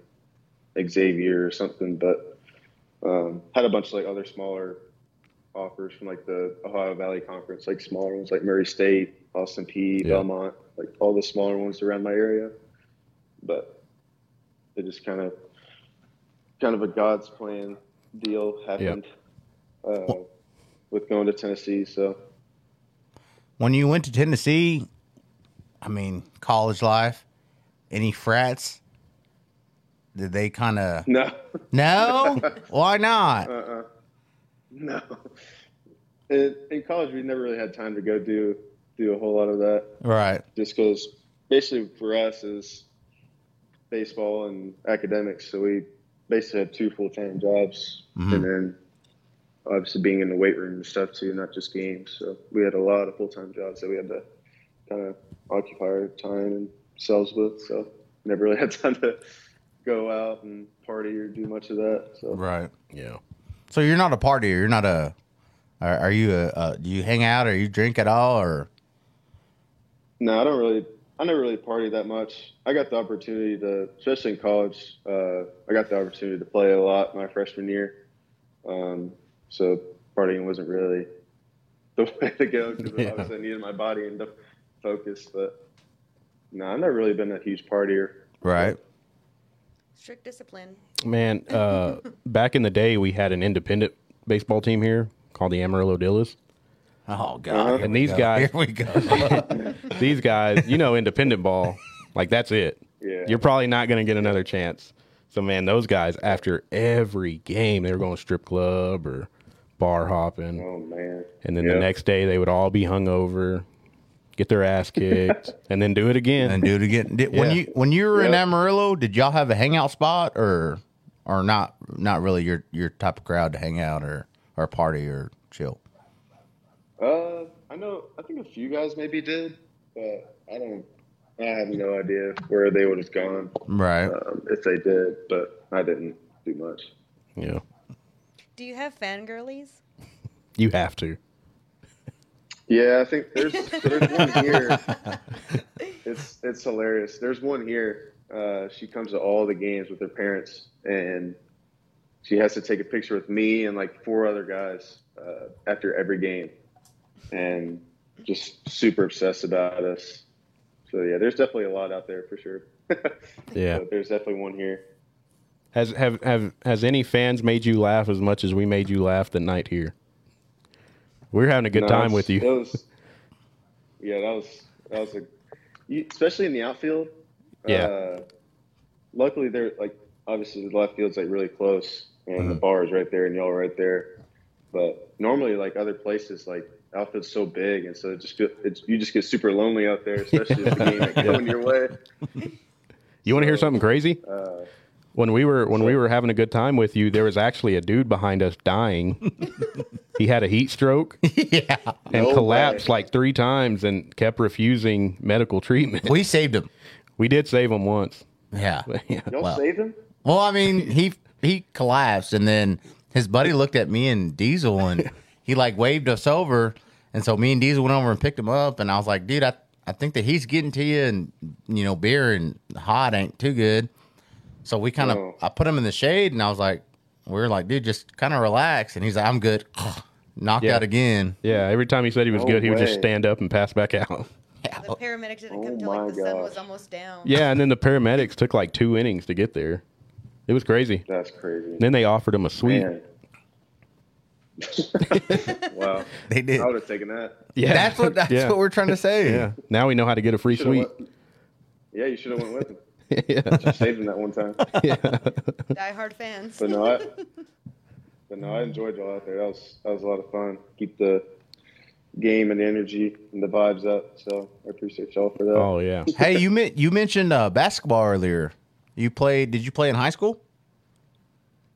S4: Xavier or something, but um, had a bunch of like other smaller offers from like the Ohio Valley Conference, like smaller ones like Murray State, Austin P,
S1: Yeah.
S4: Belmont, like all the smaller ones around my area. But it just kind of kind of a God's plan deal happened uh, with going to Tennessee. So
S2: When you went to Tennessee, I mean, college life, any frats? Did they kind of
S4: no.
S2: no? Why not?
S4: Uh-uh. No. In, in college, we never really had time to go do do a whole lot of that,
S2: Right.
S4: just because basically for us is baseball and academics. So we basically had two full time jobs, and then obviously being in the weight room and stuff too, not just games. So we had a lot of full time jobs that we had to kind of occupy our time and selves with. So never really had time to go out and party or do much of that. So
S2: Right.
S1: yeah.
S2: So you're not a partier. You're not a. Are, are you a, a? Do you hang out or you drink at all or?
S4: No, I don't really. I never really partied that much. I got the opportunity to, especially in college, uh, I got the opportunity to play a lot my freshman year. Um, so partying wasn't really the way to go because
S1: Yeah.
S4: obviously I needed my body and to focus. But no, I've never really been a huge partier.
S2: Right.
S3: Strict discipline.
S1: Man, uh, back in the day we had an independent baseball team here called the Amarillo Dillas.
S2: Oh God.
S4: Uh-huh.
S2: Here
S1: And
S2: we
S1: these
S2: go.
S1: guys-
S2: Here we go.
S1: These guys, you know, independent ball, like that's it.
S4: Yeah.
S1: You're probably not going to get another chance. So man, those guys after every game they were going strip club or bar hopping,
S4: Oh man.
S1: and then
S4: Yeah.
S1: the next day they would all be hungover, get their ass kicked, and then do it again.
S2: and do it again. Did, When
S1: Yeah.
S2: you when you were in
S4: Yep.
S2: Amarillo, did y'all have a hangout spot or or not? Not really your your type of crowd to hang out or or party or chill.
S4: Uh, I know. I think a few guys maybe did, but I don't. I have no idea where they would have gone
S2: Right.
S4: um, if they did, but I didn't do much.
S1: yeah,
S3: Do you have fangirlies?
S1: you have to.
S4: Yeah, I think there's there's one here. It's it's hilarious. There's one here. Uh, she comes to all the games with her parents, and she has to take a picture with me and like four other guys uh, after every game, and just super obsessed about us. So yeah, there's definitely a lot out there for sure.
S1: Yeah.
S4: But there's definitely one here.
S1: Has have have has any fans made you laugh as much as we made you laugh the night here? We're having a good
S4: No,
S1: time
S4: it's-
S1: with you.
S4: That was, yeah, that was that was a, you, especially in the outfield.
S1: Yeah.
S4: Uh, luckily, they're like obviously the left field's like really close, and
S1: Mm-hmm.
S4: the bar is right there, and y'all are right there. But normally, like other places, like outfield's so big, and so it just feel, it's, you just get super lonely out there, especially if the game ain't going your way.
S1: You want to hear something crazy?
S4: Uh,
S1: When we were when we were having a good time with you, there was actually a dude behind us dying. he had a heat stroke
S2: yeah.
S1: and
S4: No
S1: collapsed
S4: way.
S1: like three times and kept refusing medical treatment.
S2: We saved him.
S1: We did save him once.
S2: Yeah.
S1: yeah.
S4: y'all
S2: Wow.
S4: saved him.
S2: Well, I mean, he he collapsed, and then his buddy looked at me and Diesel, and he like waved us over, and so me and Diesel went over and picked him up, and I was like, dude, I I think that he's getting to you, and you know, beer and hot ain't too good, so we kind of
S4: Oh.
S2: I put him in the shade, and I was like, we were like, dude, just kind of relax, and he's like, I'm good, knocked
S1: Yeah.
S2: out again.
S1: Yeah, every time he said he was
S4: No
S1: good, he would just
S4: way.
S1: stand up and pass back out.
S3: The paramedics didn't
S4: Oh
S3: come till like
S4: my
S3: the sun was
S4: gosh.
S3: almost down.
S1: Yeah, and then the paramedics took like two innings to get there. It was crazy.
S4: That's crazy.
S1: Then they offered him a suite.
S4: Man. wow,
S2: They did.
S4: I would have taken that.
S1: Yeah,
S2: That's what that's
S1: Yeah.
S2: what we're trying to say.
S1: Yeah. Now we know how to get a free
S4: Shoulda
S1: suite.
S4: went- yeah, you should have went with him.
S1: yeah.
S4: saved him that one time.
S3: Diehard fans.
S4: But no, I, but no, I enjoyed y'all out there. That was that was a lot of fun. Keep the game and the energy and the vibes up. So I appreciate y'all for that.
S1: Oh yeah.
S2: Hey, you men- you mentioned uh, basketball earlier. You played? Did you play in high school?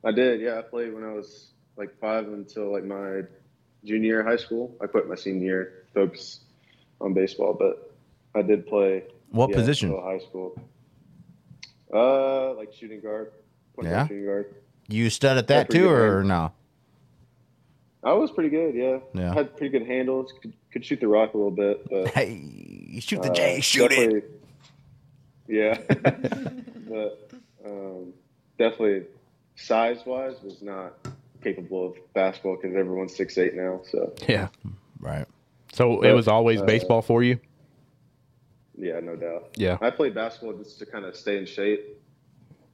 S4: I did. Yeah, I played when I was like five until like my junior year of high school. I quit my senior year, focus on baseball, but I did play.
S2: What
S4: yeah,
S2: position?
S4: until High school. Uh, like shooting guard. point guard,
S2: Yeah.
S4: Shooting guard.
S2: You stud at that
S4: That's pretty
S2: too,
S4: good,
S2: or no?
S4: I was pretty good. Yeah.
S2: Yeah.
S4: Had pretty good handles. Could, could shoot the rock a little bit, but.
S2: Hey, you shoot
S4: Uh,
S2: the J, shoot it.
S4: definitely- Yeah, but um, definitely size wise was not capable of basketball because everyone's six eight now. So
S1: Yeah.
S2: Right.
S1: So it was always baseball for you.
S4: yeah, no doubt.
S1: Yeah.
S4: I played basketball just to kind of stay in shape,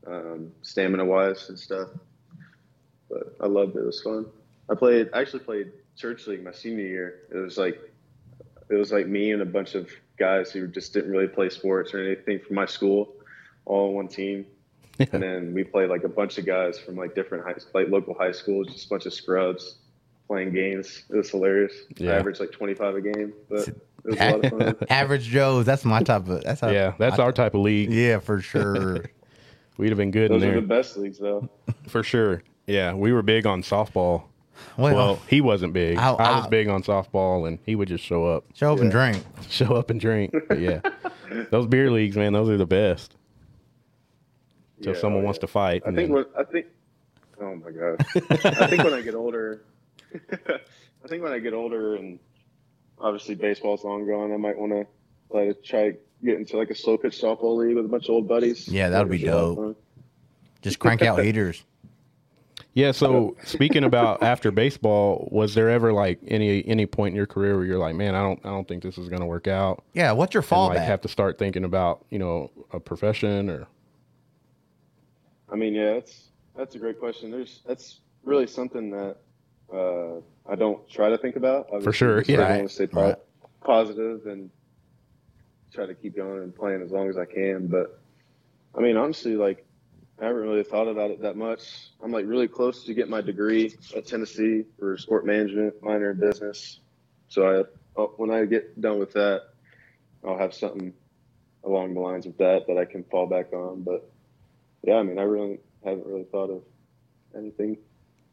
S4: um, stamina wise and stuff. But I loved it. It was fun. I played. I actually played church league my senior year. It was like it was like me and a bunch of guys who just didn't really play sports or anything from my school, all on one team. and then we played like a bunch of guys from like different high, like local high schools, just a bunch of scrubs playing games. It was hilarious.
S1: Yeah.
S4: I averaged like twenty five a game, but it was a lot of fun.
S2: Average Joe's. That's my type of. That's how,
S1: Yeah. That's
S2: I-
S1: our type of league.
S2: Yeah, for sure.
S1: We'd have been good in
S4: Those
S1: there
S4: are the best leagues though.
S1: for sure. Yeah. We were big on softball.
S2: Well,
S1: Well, he wasn't big. I,
S2: I-
S1: was
S2: I-
S1: big on softball, and he would just show up,
S2: show up and drink.
S1: show up and drink. But yeah. those beer leagues, man, those are the best. So if
S4: Yeah,
S1: someone
S4: oh,
S1: wants
S4: yeah.
S1: to fight,
S4: I
S1: and
S4: think
S1: then-
S4: when I think, oh my god, I think when I get older, I think when I get older and obviously baseball's long gone, I might want to like try get into like a slow pitch softball league with a bunch of old buddies.
S2: Yeah, that would be
S4: It's a lot of
S2: dope.
S4: fun.
S2: Just crank out heaters.
S1: yeah. So speaking about after baseball, was there ever like any any point in your career where you're like, man, I don't I don't think this is gonna work out?
S2: Yeah. What's your
S1: and
S2: fallback?
S1: like have to start thinking about you know a profession or
S4: I mean, yeah, that's that's a great question. There's that's really something that uh, I don't try to think about. Obviously,
S1: sure,
S4: just try
S1: yeah.
S4: to want to stay po-
S2: Right.
S4: positive and try to keep going and playing as long as I can. But I mean, honestly, like I haven't really thought about it that much. I'm like really close to get my degree at Tennessee for sport management, minor in business. So I, uh, when I get done with that, I'll have something along the lines of that that I can fall back on. But yeah, I mean, I really haven't really thought of anything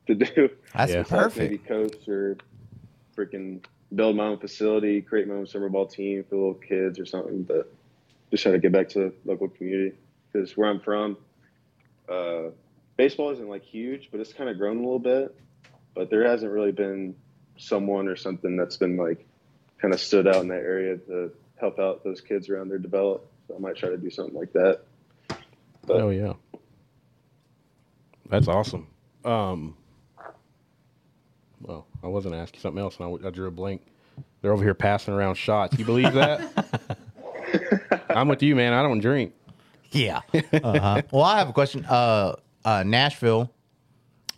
S4: to do.
S2: That's
S1: Yeah.
S4: Like, Maybe
S2: perfect.
S4: coach or freaking build my own facility, create my own summer ball team for little kids or something. But just try to get back to the local community because where I'm from, uh, baseball isn't like huge, but it's kind of grown a little bit. But there hasn't really been someone or something that's been like kind of stood out in that area to help out those kids around their develop. So I might try to do something like that. But-
S1: Oh yeah, that's awesome. Um, well, I wasn't asking something else, and I, w- I drew a blank. They're over here passing around shots. You believe that? I'm with you, man. I don't drink.
S2: Yeah. Uh-huh. well, I have a question. Uh, uh, Nashville,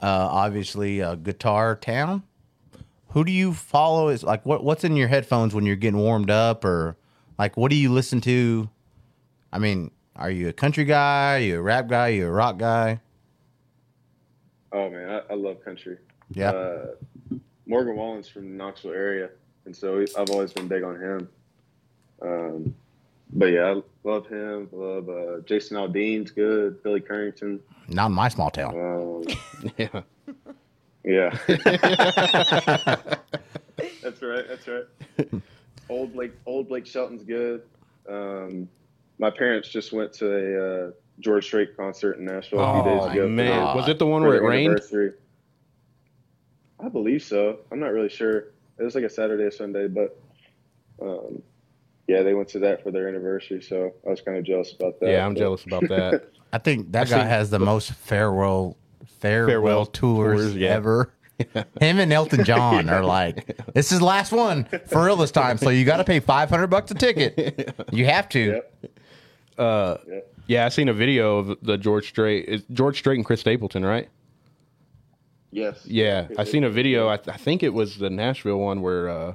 S2: uh, obviously a guitar town. Who do you follow? Is like what what's in your headphones when you're getting warmed up, or like what do you listen to? I mean, are you a country guy? Are you a rap guy? Are you a rock guy?
S4: Oh man, I, I love country.
S2: Yeah.
S4: Uh, Morgan Wallen's from the Knoxville area, and so I've always been big on him. Um, but yeah, I love him. Love uh, Jason Aldean's good. Billy Currington.
S2: Not in my small town.
S4: Um,
S1: yeah,
S4: yeah, that's right. That's right. Old Blake, old Blake Shelton's good. Um, my parents just went to a uh, George Strait concert in Nashville a few
S1: Oh,
S4: days ago. for
S1: man,
S4: the-
S1: was it the one
S4: for
S1: where it
S4: their
S1: rained?
S4: anniversary. I believe so. I'm not really sure. It was like a Saturday or Sunday, but um, yeah, they went to that for their anniversary. So I was kind of jealous about that.
S1: Yeah, I'm
S4: but-
S1: jealous about that.
S2: I think that
S1: I've
S2: guy
S1: seen-
S2: has the most farewell uh, farewell,
S1: Farewell
S2: tours,
S1: tours, yeah.
S2: ever. Him and Elton John are like, this is the last one for real this time. So you got to pay five hundred bucks a ticket. You have to.
S4: Yep.
S1: yeah, I seen a video of the George Strait, it's George Strait and Chris Stapleton, right?
S4: Yes.
S1: Yeah, I seen a video. I, I think it was the Nashville one where uh,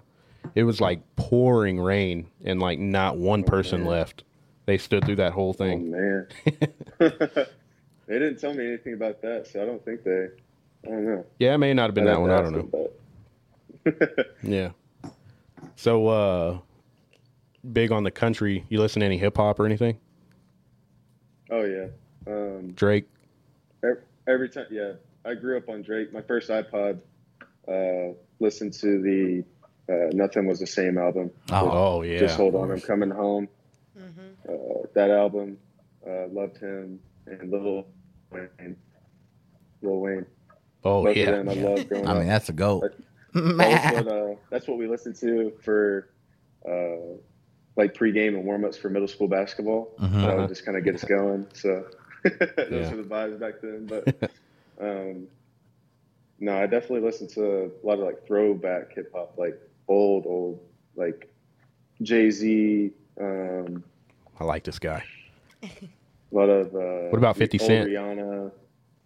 S1: it was like pouring rain and like not one person left. They stood through that whole
S4: Oh
S1: thing.
S4: man, they didn't tell me anything about that, so I don't think they. I don't know.
S1: Yeah, it may not have been
S4: I'd
S1: that one.
S4: have to
S1: I don't
S4: ask
S1: know.
S4: them,
S1: Yeah. So, uh, big on the country. You listen to any hip hop or anything?
S4: but- oh yeah. Um,
S1: Drake.
S4: Ev- Every time, yeah. I grew up on Drake. My first iPod uh, listened to the uh, "Nothing Was the Same" album.
S1: Oh yeah.
S4: Just hold on, I'm coming home.
S3: Mm-hmm.
S4: Uh, that album, uh, loved him and Lil Wayne. Lil Wayne,
S1: Oh
S4: both of
S1: yeah.
S4: them I loved growing
S2: I mean,
S4: up.
S2: that's a goat. Mm-hmm.
S4: That was what, uh, that's what we listened to for uh, like pregame and warm-ups for middle school basketball. That would just kind of get us going. So those
S1: Mm-hmm. Uh-huh. Yeah.
S4: were the vibes back then. But um, no, I definitely listened to a lot of like throwback hip hop, like old, old, like Jay Z. Um,
S1: I like this guy.
S4: a lot of. Uh,
S1: What about 50
S4: old
S1: Cent?
S4: Rihanna,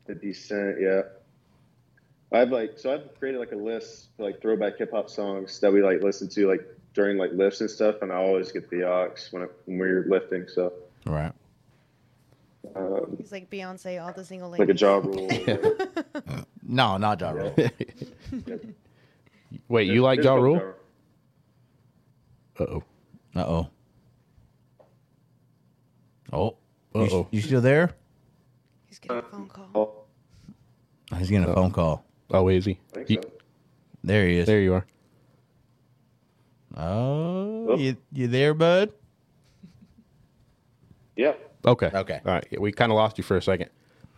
S4: 50 Cent, yeah. I've like so I've created like a list for like throwback hip hop songs that we like listen to like during like lifts and stuff, and I always get the aux when, I, when we're lifting. So
S2: Right.
S4: um,
S3: He's like Beyonce, all the single ladies.
S4: like a jaw rule.
S2: No, not Ja Rule.
S1: Wait, you like
S4: There's
S1: Ja
S4: no
S1: Rule? Uh oh.
S2: Uh oh. Oh. You,
S1: Uh-oh.
S2: you still there?
S3: He's getting a phone call.
S4: Rule.
S2: He's getting a phone call.
S1: Oh, is he?
S4: I think
S1: You-
S4: so.
S2: There he is.
S1: There you are.
S2: Oh, you, you there, bud?
S4: Yeah.
S1: Okay.
S2: Okay.
S1: All right. We kind of lost you for a second.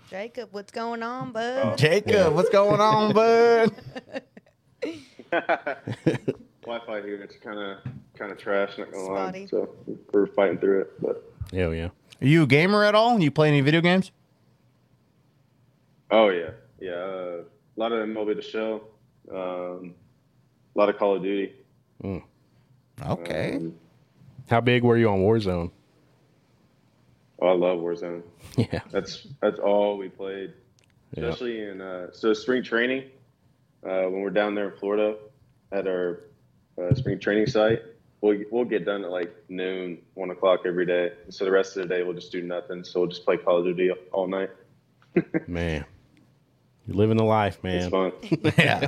S3: Jacob, what's going on, bud?
S2: Jacob, what's going on, bud?
S4: Wi-Fi here it's kind of kind of trash. Not gonna
S3: Spotty.
S4: lie. So we're fighting through it, but
S1: Hell yeah.
S2: Are you a gamer at all? You play any video games?
S4: Oh yeah, yeah. Uh, a lot of MLB the Show, um, a lot of Call of Duty.
S2: Okay.
S4: Um,
S1: How big were you on Warzone?
S4: oh, I love Warzone.
S1: Yeah.
S4: That's that's all we played,
S1: Yeah.
S4: especially in uh, so spring training. Uh, when we're down there in Florida at our uh, spring training site, we'll we'll get done at like noon, one o'clock every day. So the rest of the day we'll just do nothing. So we'll just play Call of Duty all night.
S1: man. You're living the life,
S4: It's
S1: man.
S4: fun.
S2: yeah.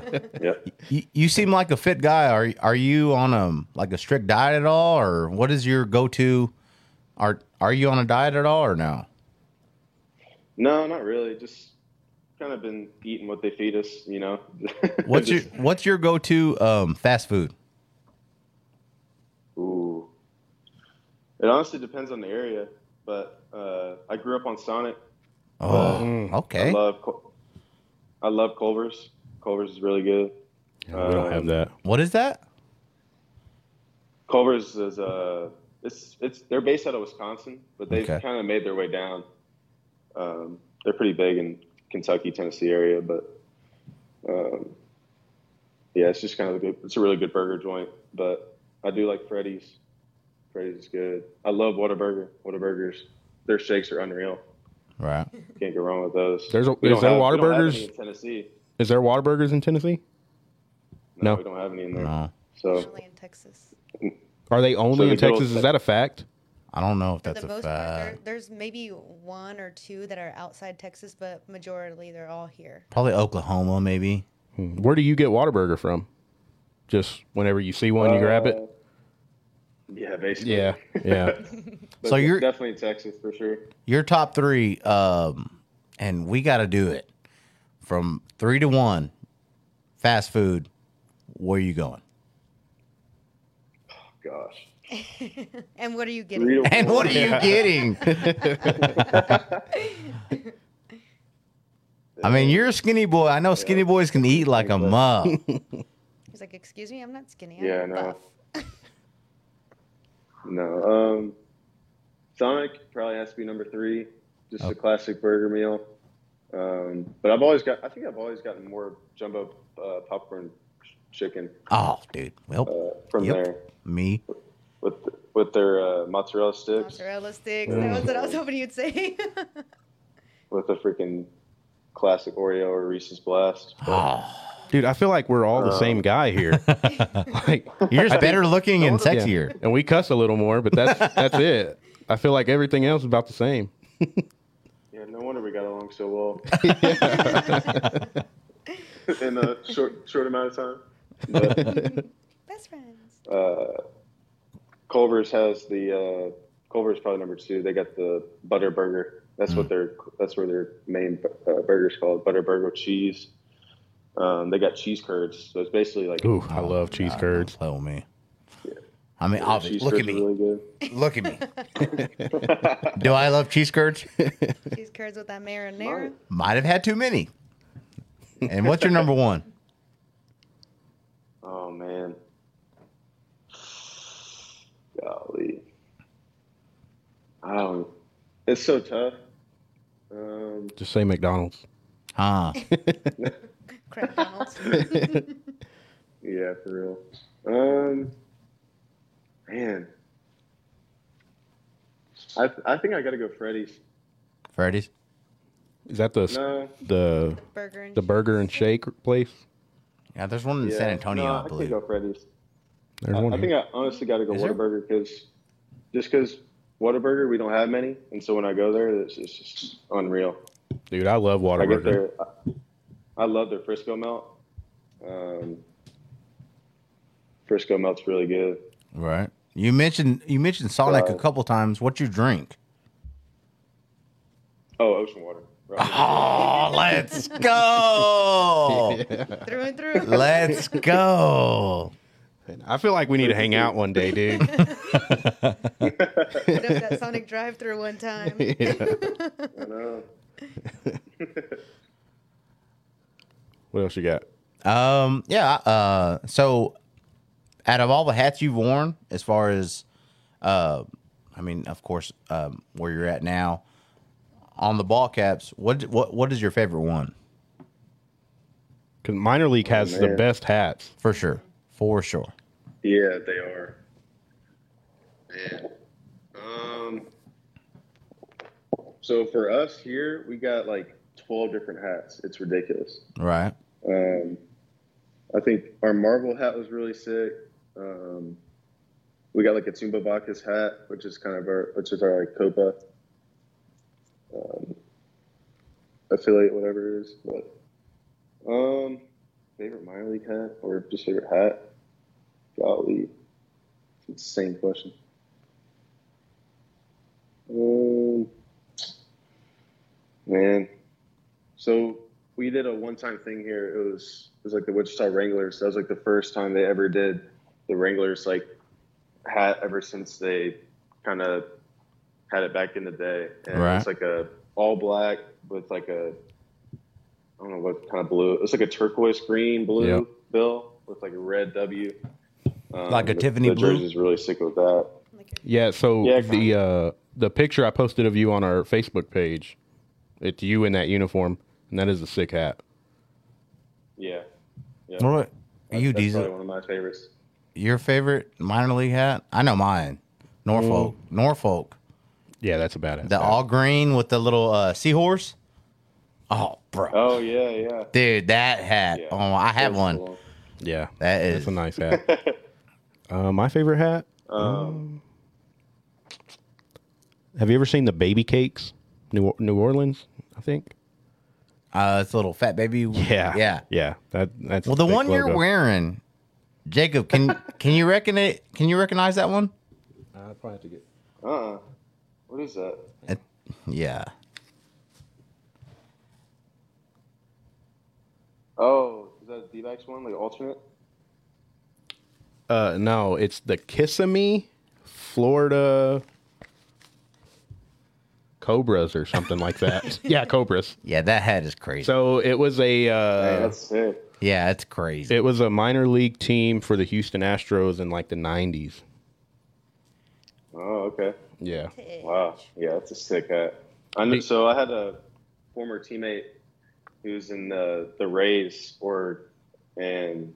S4: yep.
S2: You, you seem like a fit guy. Are are you on a like a strict diet at all, or what is your go to? Are are you on a diet at all, or no?
S4: No, not really. Just kind of been eating what they feed us, you know.
S2: What's your
S4: Just-
S2: what's your go to um, fast food?
S4: Ooh. It honestly depends on the area, but uh, I grew up on Sonic.
S2: Oh,
S1: Mm.
S4: Mm-hmm. I
S2: okay.
S4: love Cul- I love Culver's. Culver's is really good.
S1: Yeah, we don't
S4: Um,
S1: have that.
S2: What is that?
S4: Culver's is uh it's it's they're based out of Wisconsin, but they've
S2: Okay.
S4: kind of made their way down. Um, they're pretty big in Kentucky, Tennessee area, but um, yeah, it's just kind of a good. It's a really good burger joint, but I do like Freddy's. Freddy's is good. I love Whataburger. Whataburgers, their shakes are unreal.
S2: Right.
S4: Can't go wrong with those.
S1: There's a-
S4: We don't
S1: is there
S4: have- we don't have
S1: Whataburgers?
S4: any in Tennessee?
S1: Is there Waterburgers in Tennessee?
S4: No,
S1: No.
S4: we don't have any in there.
S2: No,
S4: So
S3: Only in Texas.
S1: Are they only
S4: So
S1: in
S4: the good old
S1: Texas? Is
S4: Tex-
S1: that a fact?
S2: I don't know if
S3: For
S2: that's
S3: the
S2: a
S3: most part, there,
S2: fact.
S3: there's maybe one or two that are outside Texas, but majority they're all here.
S2: Probably Oklahoma, maybe.
S1: Where do you get Waterburger from? Just whenever you see one, you grab it.
S4: Uh, Yeah, basically.
S1: Yeah, yeah.
S4: But
S2: So you're-
S4: definitely in Texas for sure.
S2: Your top three, um, and we got to do it from three to one. Fast food. Where you going?
S4: Gosh.
S3: And what are you
S4: Three to
S3: getting?
S2: And
S4: one.
S2: what are you getting? I mean, you're a skinny boy. I know skinny boys can eat like a mug.
S3: He's like, "Excuse me, I'm not skinny. I'm
S4: Yeah, I know.
S3: buff."
S4: No. Um, Sonic probably has to be number three. Just
S2: Oh.
S4: a classic burger meal. Um, but I've always got. I think I've always gotten more jumbo uh, popcorn chicken
S2: Oh, dude.
S4: uh,
S2: Well,
S4: from
S2: Yep.
S4: there
S2: me.
S4: with with their uh, mozzarella sticks
S3: Mozzarella sticks. That was what I was hoping you'd say.
S4: with a freaking classic Oreo or Reese's Blast.
S2: Oh,
S1: Dude, I feel like we're all
S4: Uh.
S1: the same guy here. like,
S2: you're just better looking and
S1: yeah.
S2: sexier.
S1: and we cuss a little more, but that's that's it. I feel like everything else is about the same.
S4: Yeah, no wonder we got along so well in a short short amount of time. But,
S3: Best friends.
S4: uh, Culver's has the uh, Culver's probably number two. They got the butter burger. That's
S2: Mm.
S4: what their that's where their main uh, burger's called butter burger with cheese. Um, they got cheese curds, so it's basically like
S1: Ooh, I love cheese
S2: Oh, God,
S1: curds.
S2: don't play with me. I mean,
S4: their
S2: obvi-
S4: cheese
S2: look
S4: curds
S2: at
S4: are
S2: me.
S4: Really good.
S2: Look at me. Do I love cheese curds?
S3: Cheese curds with that marinara.
S2: Might have had too many. And what's your number one?
S4: Oh man, golly, I don't. It's so tough. Um,
S1: Just say McDonald's.
S2: Huh?
S3: Crap, Donald's.
S4: yeah, for real. Um, man, I I think I got to go Freddy's.
S2: Freddy's.
S1: Is that the
S4: No,
S1: the
S3: Burger and
S1: the burger and shake place?
S2: Yeah, there's one in
S4: yeah,
S2: San Antonio,
S4: no,
S2: I believe.
S4: I think go Freddy's.
S1: There's
S4: I,
S1: one.
S4: I think
S1: here.
S4: I honestly got to go
S2: Is there-
S4: Whataburger because just because Whataburger we don't have many, and so when I go there, it's, it's just unreal.
S1: Dude, I love
S4: I get
S1: Whataburger.
S4: their, I, I love their Frisco melt. Um, Frisco melt's really good.
S2: Right. You mentioned you mentioned Sonic a
S4: Right.
S2: couple times. What you drink?
S4: Oh, ocean water. Right.
S2: Oh, let's go.
S3: through and through.
S2: Let's go.
S1: I feel like we need to hang out one day, dude.
S3: Put up that Sonic drive-through one time.
S4: I know.
S1: what else you got?
S2: Um, yeah. Uh, so, out of all the hats you've worn, as far as, uh, I mean, of course, um, where you're at now, on the ball caps, what what what is your favorite one
S1: Because minor league
S2: Oh,
S1: has the
S4: man.
S1: best hats.
S2: for sure? For sure.
S4: Yeah, they are. Man. Um, so for us here, we got like 12 different hats. It's ridiculous.
S2: Right.
S4: Um, I think our Marvel hat was really sick. Um, we got like a Tumba Vacas hat, which is kind of our, which is our like, Copa. Um, affiliate, whatever it is. But um, favorite minor league hat or just favorite hat? Golly, it's the same question. Um, man, so we did a one-time thing here. It was it was like the Wichita Wranglers. That was like the first time they ever did the Wranglers like hat ever since they kind of had it back in the day. And
S2: Right.
S4: it's like a all black with like a I don't know what kind of blue. It's like a turquoise green blue
S2: Yep.
S4: bill with like a red W. Um,
S2: Like a
S4: the-
S2: Tiffany
S4: the
S2: blue?
S4: jersey's really sick with that.
S3: Like,
S1: Yeah, so
S4: Yeah,
S1: the uh, the picture I posted of you on our Facebook page, it's you in that uniform, and that is a sick hat.
S4: Yeah, yeah.
S2: What about you,
S4: That's
S2: Diesel?
S4: probably one of my favorites.
S2: Your favorite minor league hat? I know mine. Norfolk. Norfolk.
S1: Yeah, that's a badass.
S2: The
S1: hat.
S2: all green with the little uh, seahorse. Oh, bro.
S4: Oh yeah, yeah.
S2: Dude, that hat.
S4: Yeah.
S2: Oh, I have
S4: Those
S2: one.
S4: belong.
S1: yeah,
S2: That is.
S1: that's a nice hat. uh, my favorite hat.
S4: Um,
S1: Have you ever seen the baby cakes, New New Orleans? I think.
S2: Uh, it's a little fat baby.
S1: Yeah,
S2: Yeah.
S1: yeah. That that's
S2: Well, the
S1: sick
S2: one you're
S1: logo.
S2: wearing, Jacob, can can you reckon it? Can you recognize that one?
S1: I probably have to get.
S4: uh, what is that?
S2: It- Uh, yeah.
S4: Oh, is that a D-backs one, like alternate?
S1: Uh, no, it's the Kissimmee, Florida Cobras or something like that. yeah, Cobras.
S2: Yeah, that hat is crazy.
S1: So it was a
S4: Dang,
S1: uh,
S4: Oh, that's sick.
S2: yeah, it's crazy.
S1: it was a minor league team for the Houston Astros in like the '90s.
S4: Oh, okay.
S1: Yeah.
S3: to
S4: Wow.
S3: itch.
S4: Yeah, that's a sick hat. I know, so I had a former teammate who's in the the Rays or and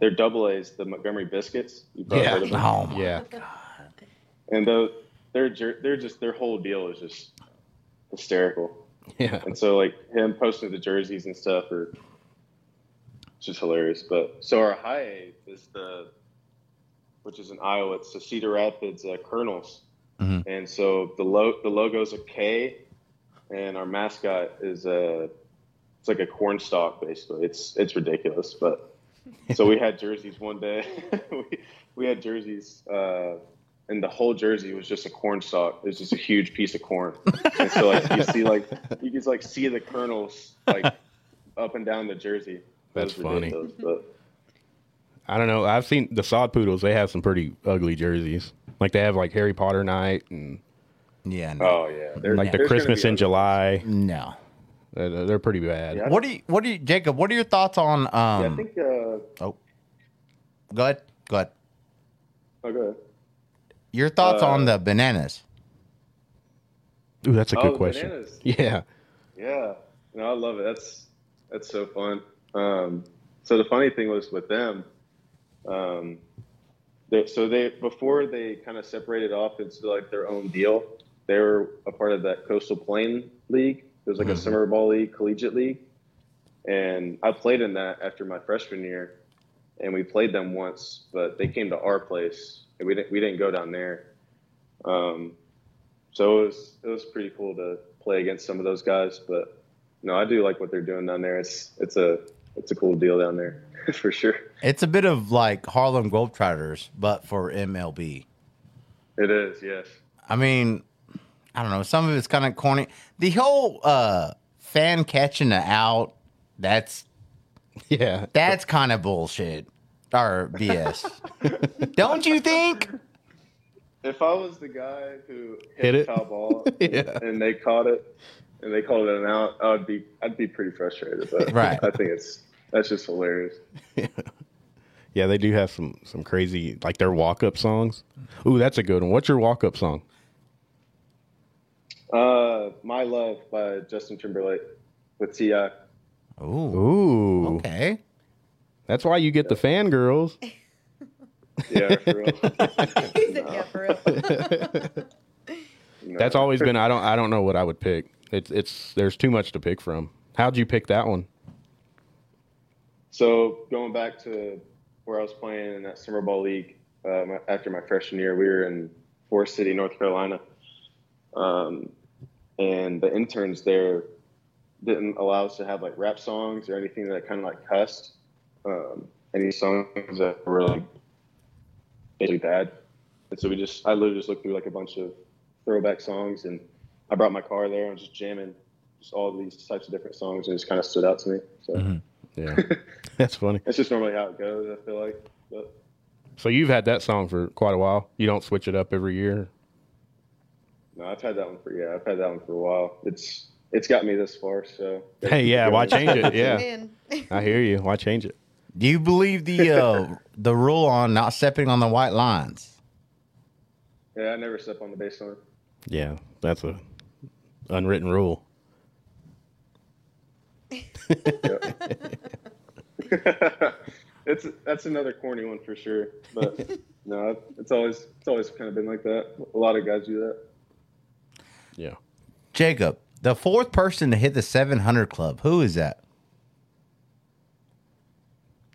S4: they're double A's, the Montgomery Biscuits. You probably
S1: Yeah.
S4: heard of them.
S2: Oh my
S1: Yeah.
S4: And the, their jer- they're just their whole deal is just hysterical.
S1: Yeah.
S4: And so like him posting the jerseys and stuff are just hilarious. But so our high A is the which is in Iowa. It's the Cedar Rapids uh, Colonels,
S1: Mm-hmm.
S2: Mhm.
S4: and so the lo- the logo is a K, and our mascot is a it's like a corn stalk basically. It's it's ridiculous, but so we had jerseys one day. we we had jerseys. Uh, and the whole jersey was just a corn stalk. It was just a huge piece of corn. And so like you see like you can like see the kernels like up and down the jersey. That
S1: That's
S4: was
S1: funny.
S4: ridiculous, But
S1: I don't know. I've seen the Sod Poodles. They have some pretty ugly jerseys. Like they have like Harry Potter night and
S2: Yeah. No.
S4: oh yeah, There-
S1: like the
S4: there's gonna
S1: Christmas
S4: be
S1: in
S4: other-
S1: July.
S2: no.
S1: They're, they're pretty bad.
S4: Yeah.
S2: What do you? What do you, Jacob? What are your thoughts on? Um,
S4: Yeah, I think. Uh,
S2: Oh, go ahead. Go ahead.
S4: okay.
S2: Your thoughts
S4: Uh,
S2: on the bananas?
S1: Ooh, that's a
S4: Oh,
S1: good
S4: the
S1: question.
S4: bananas.
S1: Yeah.
S4: Yeah, no, I love it. That's that's so fun. Um, so the funny thing was with them, um, they, so they before they kind of separated off into like their own deal. They were a part of that Coastal Plain League. It was like a summer ball league, collegiate league, and I played in that after my freshman year, and we played them once, but they came to our place, and we didn't we didn't go down there. Um, so it was it was pretty cool to play against some of those guys. But no, I do like what they're doing down there. It's it's a it's a cool deal down there for sure.
S2: It's a bit of like Harlem Globetrotters, but for MLB.
S4: It is, yes.
S2: I mean, I don't know. Some of it's kind of corny. The whole uh, fan catching the out. That's
S1: Yeah.
S2: that's kind of bullshit or BS. don't you think?
S4: If I was the guy who
S1: Hit
S4: hit,
S1: it.
S4: a foul ball
S1: Yeah.
S4: and they caught it and they called it an out, I would be I'd be pretty frustrated. But
S2: Right.
S4: I think it's that's just hilarious.
S1: Yeah, they do have some some crazy like their walk up songs. Ooh, that's a good one. What's your walk up song?
S4: Uh, My Love by Justin Timberlake with Ti.
S2: Ooh.
S1: Ooh,
S2: Okay.
S1: that's why you get the fangirls.
S4: Yeah, for real.
S3: He said, yeah, for real.
S4: No.
S1: That's always been. I don't. I don't know what I would pick. It's. It's. There's too much to pick from. How'd you pick that one?
S4: So going back to where I was playing in that summer ball league uh, my, after my freshman year, we were in Forest City, North Carolina, um, and the interns there didn't allow us to have like rap songs or anything that kind of like cussed. Um, any songs that were like basically bad. And so we just, I literally just looked through like a bunch of throwback songs and I brought my car there and I was just jamming just all these types of different songs and it just kind of stood out to me. So
S1: Yeah, that's funny.
S4: that's just normally how it goes, I feel like. But
S1: So you've had that song for quite a while. You don't switch it up every year.
S4: no, I've had that one for, yeah, I've had that one for a while. It's, it's got me this far. So
S1: Hey, yeah, why change it? Yeah,
S3: Man.
S1: I hear you. Why change it?
S2: Do you believe the uh, the rule on not stepping on the white lines?
S4: Yeah, I never step on the bass line.
S1: Yeah, that's a unwritten rule.
S4: it's that's another corny one for sure. But no, it's always it's always kind of been like that. A lot of guys do that.
S1: Yeah.
S2: Jacob, the fourth person to hit the 700 club. Who is that?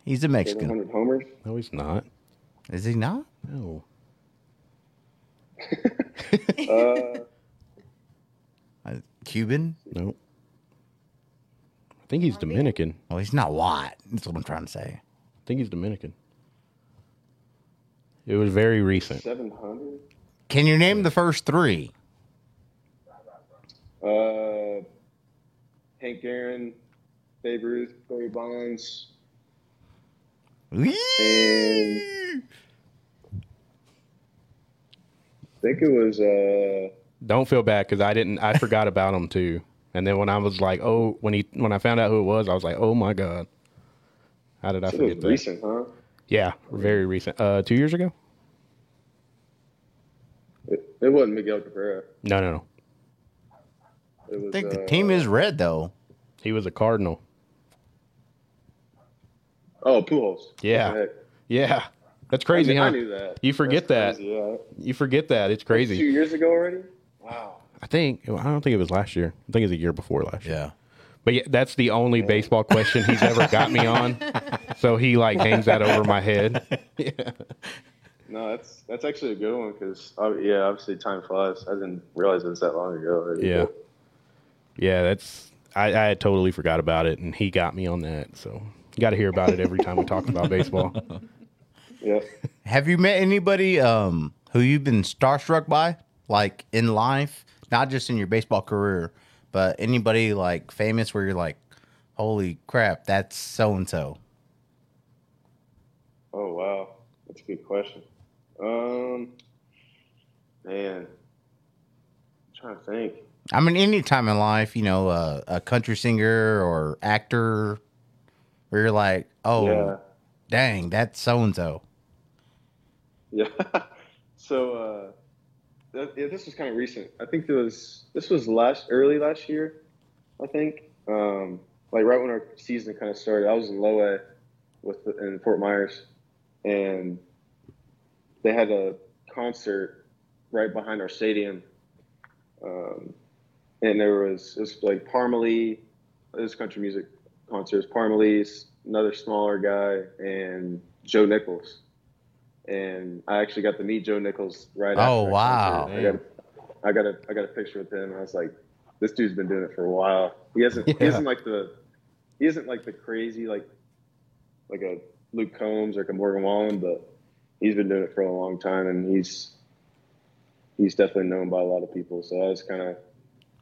S2: He's a Mexican.
S4: 700 homers.
S1: No, he's not.
S2: Is he not?
S1: No.
S4: Uh,
S2: Uh, Cuban?
S1: Nope. I think he's Dominican.
S2: Oh, he's not white. That's what I'm trying to say.
S1: I think he's Dominican. It was very recent.
S4: 700.
S2: Can you name the first three?
S4: Uh, Hank Aaron, Babe Ruth, Barry Bonds, and I think it was uh,
S1: Don't feel bad because I didn't. I forgot about him too. And then when I was like, oh, when he when I found out who it was, I was like, oh my god, how did I
S4: it was
S1: forget that?
S4: recent, huh?
S1: Yeah, very recent. Uh, two years ago?
S4: It, it wasn't Miguel Cabrera.
S1: No, no, no.
S4: It was,
S2: I think the
S4: uh,
S2: team is red, though.
S1: He was a Cardinal.
S4: Oh, Pujols.
S1: Yeah.
S4: What the heck?
S1: Yeah, that's crazy,
S4: I,
S1: huh?
S4: knew- I knew that.
S1: You forget
S4: That's
S1: that.
S4: crazy, yeah.
S1: You forget that. It's
S4: Two
S1: crazy.
S4: years ago already? Wow.
S1: I think. I don't think it was last year. I think it was a year before last year.
S2: Yeah.
S1: But yeah, that's the only baseball question he's ever got me on. So he like hangs that over my head.
S4: No, that's that's actually a good one because yeah, obviously time flies. I didn't realize it was that long ago. already,
S1: Yeah.
S4: but
S1: Yeah, that's I, I had totally forgot about it and he got me on that. So you gotta hear about it every time we talk about baseball.
S4: yeah.
S2: Have you met anybody um, who you've been starstruck by, like in life, not just in your baseball career, but anybody like famous where you're like, holy crap, that's so and so?
S4: Oh wow, that's a good question. Um, man, I'm trying to think.
S2: I mean, any time in life, you know, uh, a country singer or actor, where you're like, oh,
S4: Yeah,
S2: dang, that's so and so.
S4: yeah. so uh, th- yeah, this was kind of recent. I think it was this was last early last year. I think um, like right when our season kind of started, I was in Loa with the, in Fort Myers, and they had a concert right behind our stadium, um, and there was it was like Parmalee, it was country music concerts. Parmalee's another smaller guy, and Joe Nichols. And I actually got to meet Joe Nichols right
S2: Oh,
S4: after. the
S2: wow.
S4: concert. I got, I got a I got a picture with him. And I was like, this dude's been doing it for a while. He hasn't he
S1: Yeah.
S4: isn't like the he isn't like the crazy like like a Luke Combs or like a Morgan Wallen, but he's been doing it for a long time and he's he's definitely known by a lot of people. So I was kinda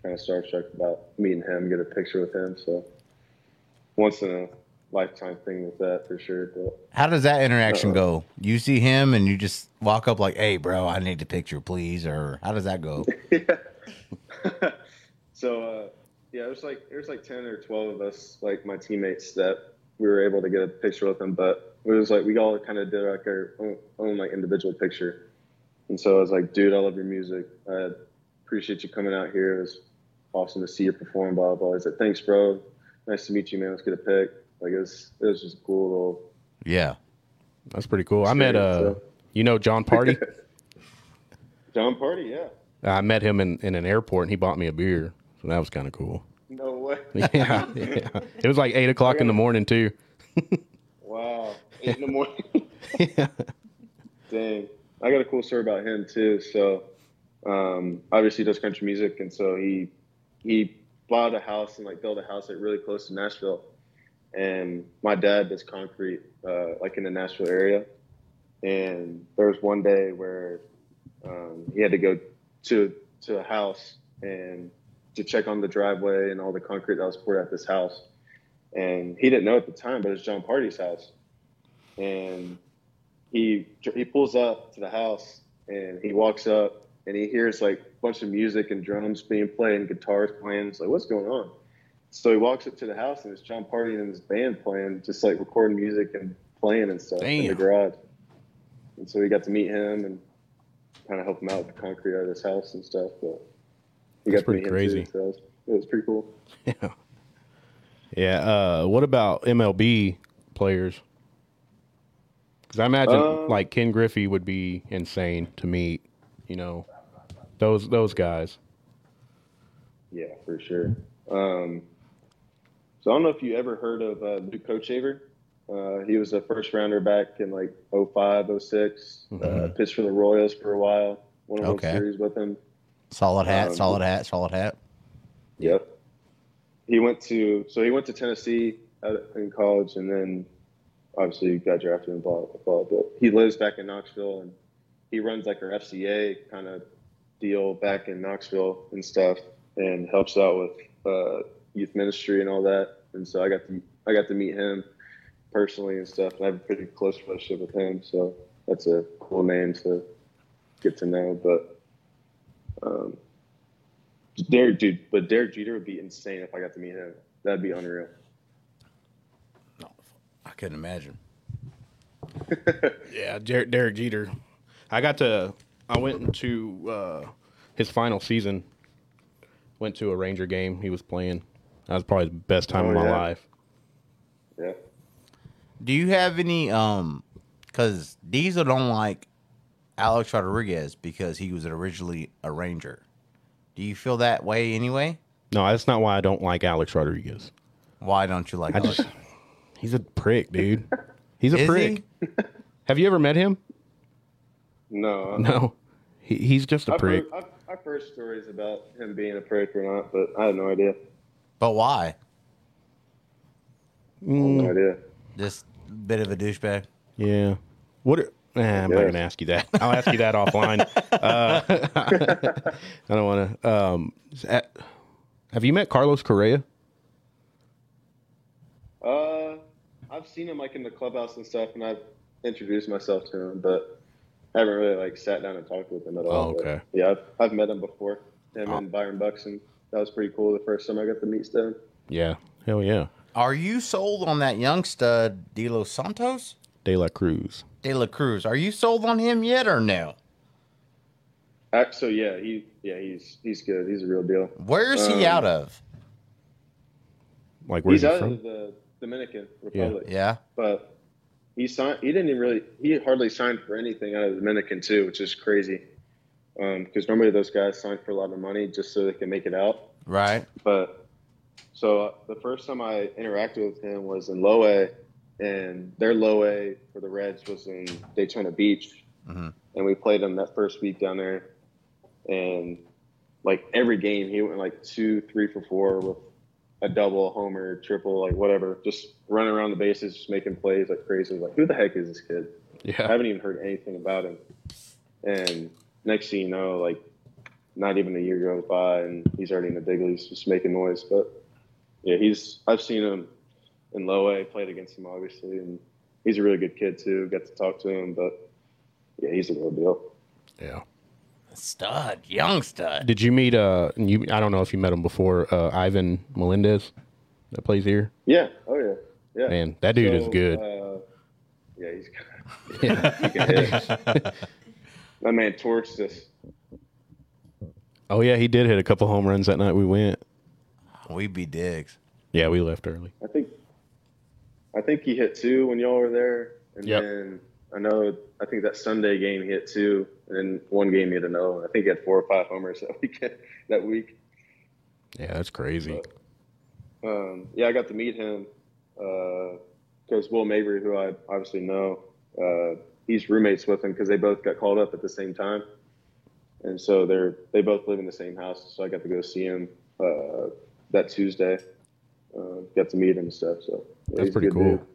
S4: kinda starstruck about meeting him, get a picture with him. So once in a lifetime thing with that for sure. But
S2: How does that interaction
S4: Uh-huh.
S2: go? You see him and you just walk up like, hey, bro, I need a picture, please. Or how does that go?
S4: so uh, yeah, there's like there's like ten or twelve of us, like my teammates, that we were able to get a picture with them. But it was like we all kind of did like our own, own like individual picture. And so I was like, dude, I love your music. I appreciate you coming out here. It was awesome to see you perform. Blah blah. blah. I said, thanks, bro. Nice to meet you, man. Let's get a pic. Like it was it was just a cool little
S2: Yeah.
S1: That's pretty cool. I met uh
S4: Experience,
S1: you know John Party.
S4: John Party. Yeah.
S1: I met him in, in an airport and he bought me a beer. So that was kinda cool.
S4: No way.
S1: Yeah. yeah. It was like eight o'clock in the morning too.
S4: Wow. Eight in the morning.
S1: yeah.
S4: Dang. I got a cool story about him too. So um, obviously he does country music and so he he bought a house and like built a house like really close to Nashville. And my dad does concrete uh, like in the Nashville area. And there was one day where um, he had to go to to a house and to check on the driveway and all the concrete that was poured at this house. And he didn't know at the time, but it was John Party's house. And he he pulls up to the house and he walks up and he hears like a bunch of music and drums being played and guitars playing. It's like, what's going on? So he walks up to the house and it's John Party and his band playing, just like recording music and playing and stuff in the
S1: Damn.
S4: garage. And so we got to meet him and kind of help him out with the concrete out of his house and stuff. But we
S1: That's
S4: got to
S1: pretty
S4: meet
S1: crazy.
S4: Him too, so it, was, it was pretty cool.
S1: Yeah. Yeah. Uh, what about MLB players? Because I imagine
S4: Um,
S1: like Ken Griffey would be insane to meet. You know, those those guys.
S4: Yeah, for sure. Um, so I don't know if you ever heard of uh, Luke Cochaver. Uh, he was a first rounder back in like 05, 06. Uh,
S1: Mm-hmm.
S2: Mhm.
S4: pitched for the Royals for a while. Won a World
S2: Okay.
S4: Series with them.
S2: Solid hat,
S4: Um,
S2: solid hat, solid hat.
S4: Yep. He went to so he went to Tennessee uh, in college, and then obviously got drafted and blah blah. blah but he lives back in Knoxville, and he runs like our FCA kind of deal back in Knoxville and stuff, and helps out with uh, youth ministry and all that. And so I got to I got to meet him personally and stuff, and I have a pretty close relationship with him. So that's a cool name to get to know. But um, Derek, dude, but Derek Jeter would be insane if I got to meet him. That'd be unreal.
S2: I couldn't imagine.
S1: Yeah, Derek, Derek Jeter. I got to. I went into uh, his final season. Went to a Ranger game. He was playing. That was probably the best time
S4: Oh,
S1: of my
S4: yeah.
S1: life.
S4: Yeah.
S2: Do you have any um cuz Diesel don't like Alex Rodriguez because he was originally a Ranger. Do you feel that way anyway?
S1: No, that's not why I don't like Alex Rodriguez.
S2: Why don't you
S4: Oh,
S2: like
S1: I
S2: Alex?
S1: just he's a prick, dude. He's a
S2: Is
S1: prick. Have you ever met him?
S4: No.
S1: No. He, he's just a
S4: I've
S1: prick.
S4: heard, I've, I've heard stories about him being a prick or not, but I have no idea.
S2: But why?
S1: Hmm.
S4: No idea.
S2: This bit of a douchebag.
S1: Yeah. What? Are, nah, I'm not
S4: Yes.
S1: gonna ask you that. I'll ask you that offline. Uh, I don't want to. Um, is that- have you met Carlos Correa?
S4: Uh, I've seen him like in the clubhouse and stuff, and I've introduced myself to him, but I haven't really like sat down and talked with him at all.
S1: Oh,
S4: but
S1: okay. Oh.
S4: yeah, I've, I've met him before. Him and Byron Buxton. That was pretty cool. The first time I got to meet them.
S1: Yeah. Hell yeah.
S2: Are you sold on that young stud De Los Santos?
S1: De La Cruz.
S2: De La Cruz. Are you sold on him yet or no?
S4: Uh, So yeah, he yeah he's he's good. He's a real deal.
S2: Where is
S1: Uh,
S2: he
S4: Um,
S2: out of?
S1: Like where's
S4: he's
S1: he
S4: out
S1: from?
S4: of the Dominican Republic.
S2: Yeah.
S4: but he signed. He didn't even really. He hardly signed for anything out of the Dominican too, which is crazy. Because normally those guys sign for a lot of money just so they can make it out.
S2: Right.
S4: But so uh, the first time I interacted with him was in low A, and their low A for the Reds was in Daytona Beach,
S2: Mhm.
S4: and we played him that first week down there, and like every game he went like two, three for four with a double, a homer, triple, like whatever, just running around the bases, just making plays like crazy. Like who the heck is this kid? I
S1: yeah.
S4: haven't even heard anything about him. And next thing you know, like not even a year goes by, and he's already in the big leagues, just making noise. But yeah, he's I've seen him in low A, played against him obviously, and he's a really good kid too. Got to talk to him, but yeah, he's a real deal.
S1: Yeah.
S2: Stud. Young stud.
S1: Did you meet? Uh, you. I don't know if you met him before. Uh, Ivan Melendez, that plays here.
S4: Yeah, oh yeah, yeah.
S1: Man, that dude is
S4: So,
S1: good.
S4: Uh, yeah, he's got
S1: Yeah.
S4: he can hit. that man torched us.
S1: Oh yeah, he did hit a couple home runs that night. We went.
S2: We be digs.
S1: Yeah, we left early.
S4: I think I think he hit two when y'all were there, and
S1: Yep.
S4: then I know I think that Sunday game he hit two, and then one game he had no. I think he had four or five homers that weekend. That week,
S1: Yeah, that's
S4: Uh,
S1: crazy.
S4: um, yeah, I got to meet him because Will Mabry, who I obviously know, uh, he's roommates with him because they both got called up at the same time, and so they're they both live in the same house. So I got to go see him uh, that Tuesday. Uh, got to meet him and stuff. So yeah,
S1: That's
S4: he's a
S1: pretty
S4: good
S1: cool.
S4: dude.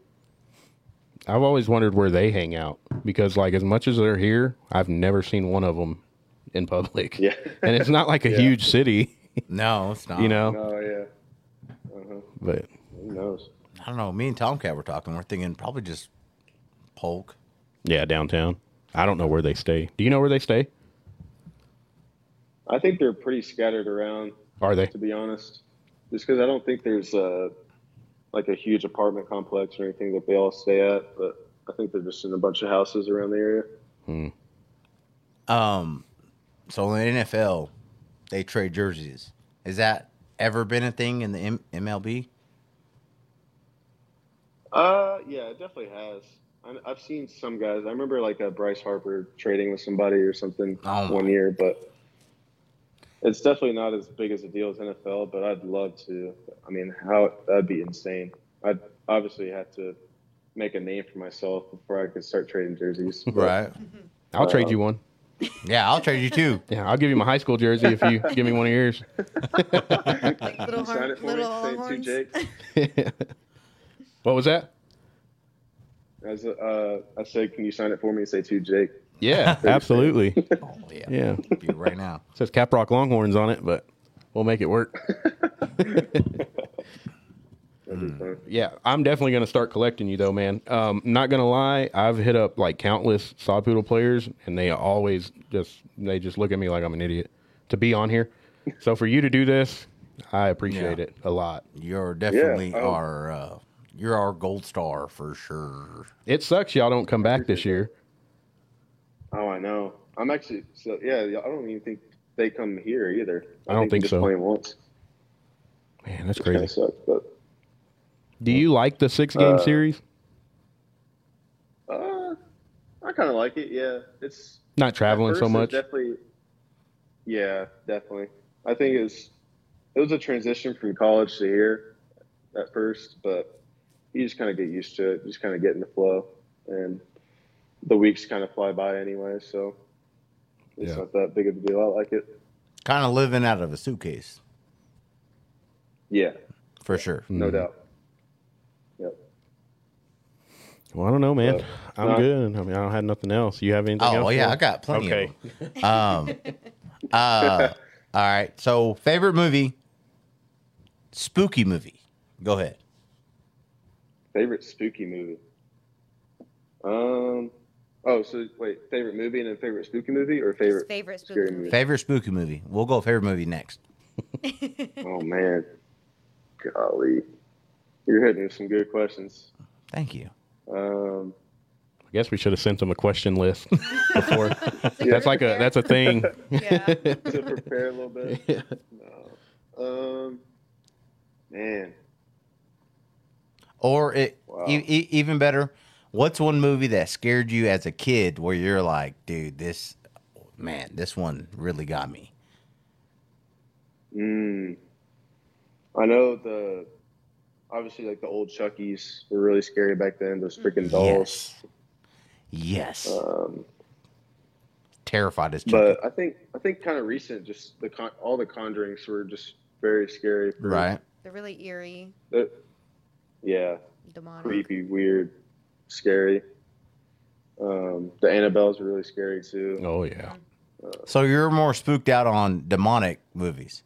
S1: I've always wondered where they hang out because, like, as much as they're here, I've never seen one of them in public.
S4: Yeah.
S1: and it's not like a huge city,
S2: No, it's not.
S1: you know.
S4: Oh yeah. Uh-huh.
S1: But
S4: Who knows?
S2: I don't know. Me and Tomcat were talking. We're thinking probably just Polk.
S1: yeah, downtown. I don't know where they stay. Do you know where they stay?
S4: I think they're pretty scattered around,
S1: Are they?
S4: to be honest. Just because I don't think there's uh, like a huge apartment complex or anything that they all stay at, but I think they're just in a bunch of houses around the area.
S2: Um, so in the NFL, they trade jerseys. Has that ever been a thing in the M- MLB?
S4: Uh, yeah, it definitely has. I- I've seen some guys. I remember like uh, Bryce Harper trading with somebody or something
S2: Oh, my.
S4: one year, but it's definitely not as big as a deal as NFL. But I'd love to. I mean, how that'd be insane. I'd obviously have to make a name for myself before I could start trading jerseys. but,
S1: I'll trade you one.
S2: Yeah, I'll trade you too.
S1: Yeah, I'll give you my high school jersey if you give me one of yours.
S3: Like little
S4: you sign
S3: horn,
S4: it for
S3: little
S4: me. Say it
S3: horns.
S4: to Jake.
S1: What was that?
S4: As uh, I said, can you sign it for me? and Say to Jake.
S1: Yeah, absolutely.
S2: Oh, yeah,
S1: Yeah,
S2: I'll do it right now.
S1: it says Caprock Longhorns on it, but we'll make it work.
S4: That'd
S2: Hmm.
S4: be fun.
S1: Yeah, I'm definitely going to start collecting you though, man. Um, not going to lie, I've hit up like countless Sawpoodle players, and they always just they just look at me like I'm an idiot to be on here. So for you to do this, I appreciate
S2: Yeah.
S1: it a lot.
S2: You're definitely
S4: oh.
S2: our uh, you're our gold star for sure.
S1: It sucks y'all don't come back this year.
S4: Oh, I know. I'm actually so yeah. I don't even think they come here either.
S1: I don't think
S4: they just
S1: so.
S4: Play 'em once.
S1: Man, that's
S4: Kind of
S1: crazy.
S4: sucks, but
S1: Do you like the six game
S4: Uh,
S1: series?
S4: uh, I kind of like it. Yeah, it's
S1: Not traveling
S4: at
S1: so
S4: first it
S1: much.
S4: Definitely. Yeah, definitely. I think it was it was a transition from college to here at first, but you just kind of get used to it. You just kind of get in the flow, and the weeks kind of fly by anyway. So it's
S1: Yeah.
S4: not that big of a deal. I like it.
S2: Kind of living out of a suitcase
S4: Yeah,
S2: for sure.
S1: Mm-hmm.
S4: no doubt. Yep.
S1: Well, I don't know, man.
S4: Uh,
S1: I'm
S4: no.
S1: good. I mean, I don't have nothing else. You have anything else?
S2: Oh well, yeah,
S1: Phil?
S2: I got plenty
S1: Okay.
S2: of them. Um, uh, all right. So favorite movie, spooky movie. Go ahead.
S4: Favorite spooky movie? Um. Oh, so wait, favorite movie and then favorite spooky movie or
S3: His
S4: favorite
S3: favorite
S4: scary
S3: spooky
S4: movie?
S3: movie.
S2: Favorite spooky movie. We'll go favorite movie next.
S4: Oh man, golly, you're hitting me with some good questions.
S2: Thank you.
S4: Um,
S1: I guess we should have sent them a question list before.
S3: you're
S1: that's like a
S3: prepared?
S1: that's a thing.
S3: Yeah.
S4: to prepare a little bit. No. Um, man,
S2: Or it,
S4: Wow.
S2: e- e- even better, what's one movie that scared you as a kid where you're like, dude, this man, this one really got me.
S4: mm, I know the obviously like the old Chuckies were really scary back then. Those
S2: Mm-hmm.
S4: freaking dolls.
S2: Yes. Yes.
S4: Um,
S2: Terrified as Chucky.
S4: but I think I think kind of recent, just the con- all the Conjuring's were just very scary. for-
S2: right.
S3: They're really eerie,
S4: they're- yeah,
S3: demonic.
S4: creepy, weird, scary. Um, the Annabelle's were really scary too.
S1: Oh yeah.
S2: So you're more spooked out on demonic movies.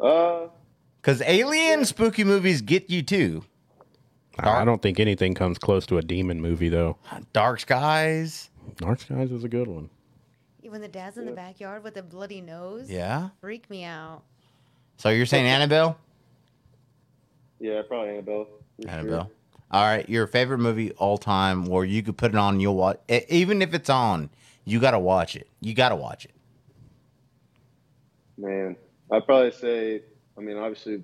S4: Uh,
S2: Because alien spooky movies get you too.
S1: I don't think anything comes close to a demon movie though.
S2: Dark Skies.
S1: Dark Skies is a good one.
S3: Even the dad's in the backyard with a bloody nose.
S2: Yeah.
S3: Freak me out.
S2: So you're saying Annabelle?
S4: yeah, probably Annabelle. for sure.
S2: Annabelle. All right, your favorite movie all time, where you could put it on, you'll watch. e- Even if it's on, you gotta watch it. You gotta watch it.
S4: Man, I'd probably say. I mean, obviously,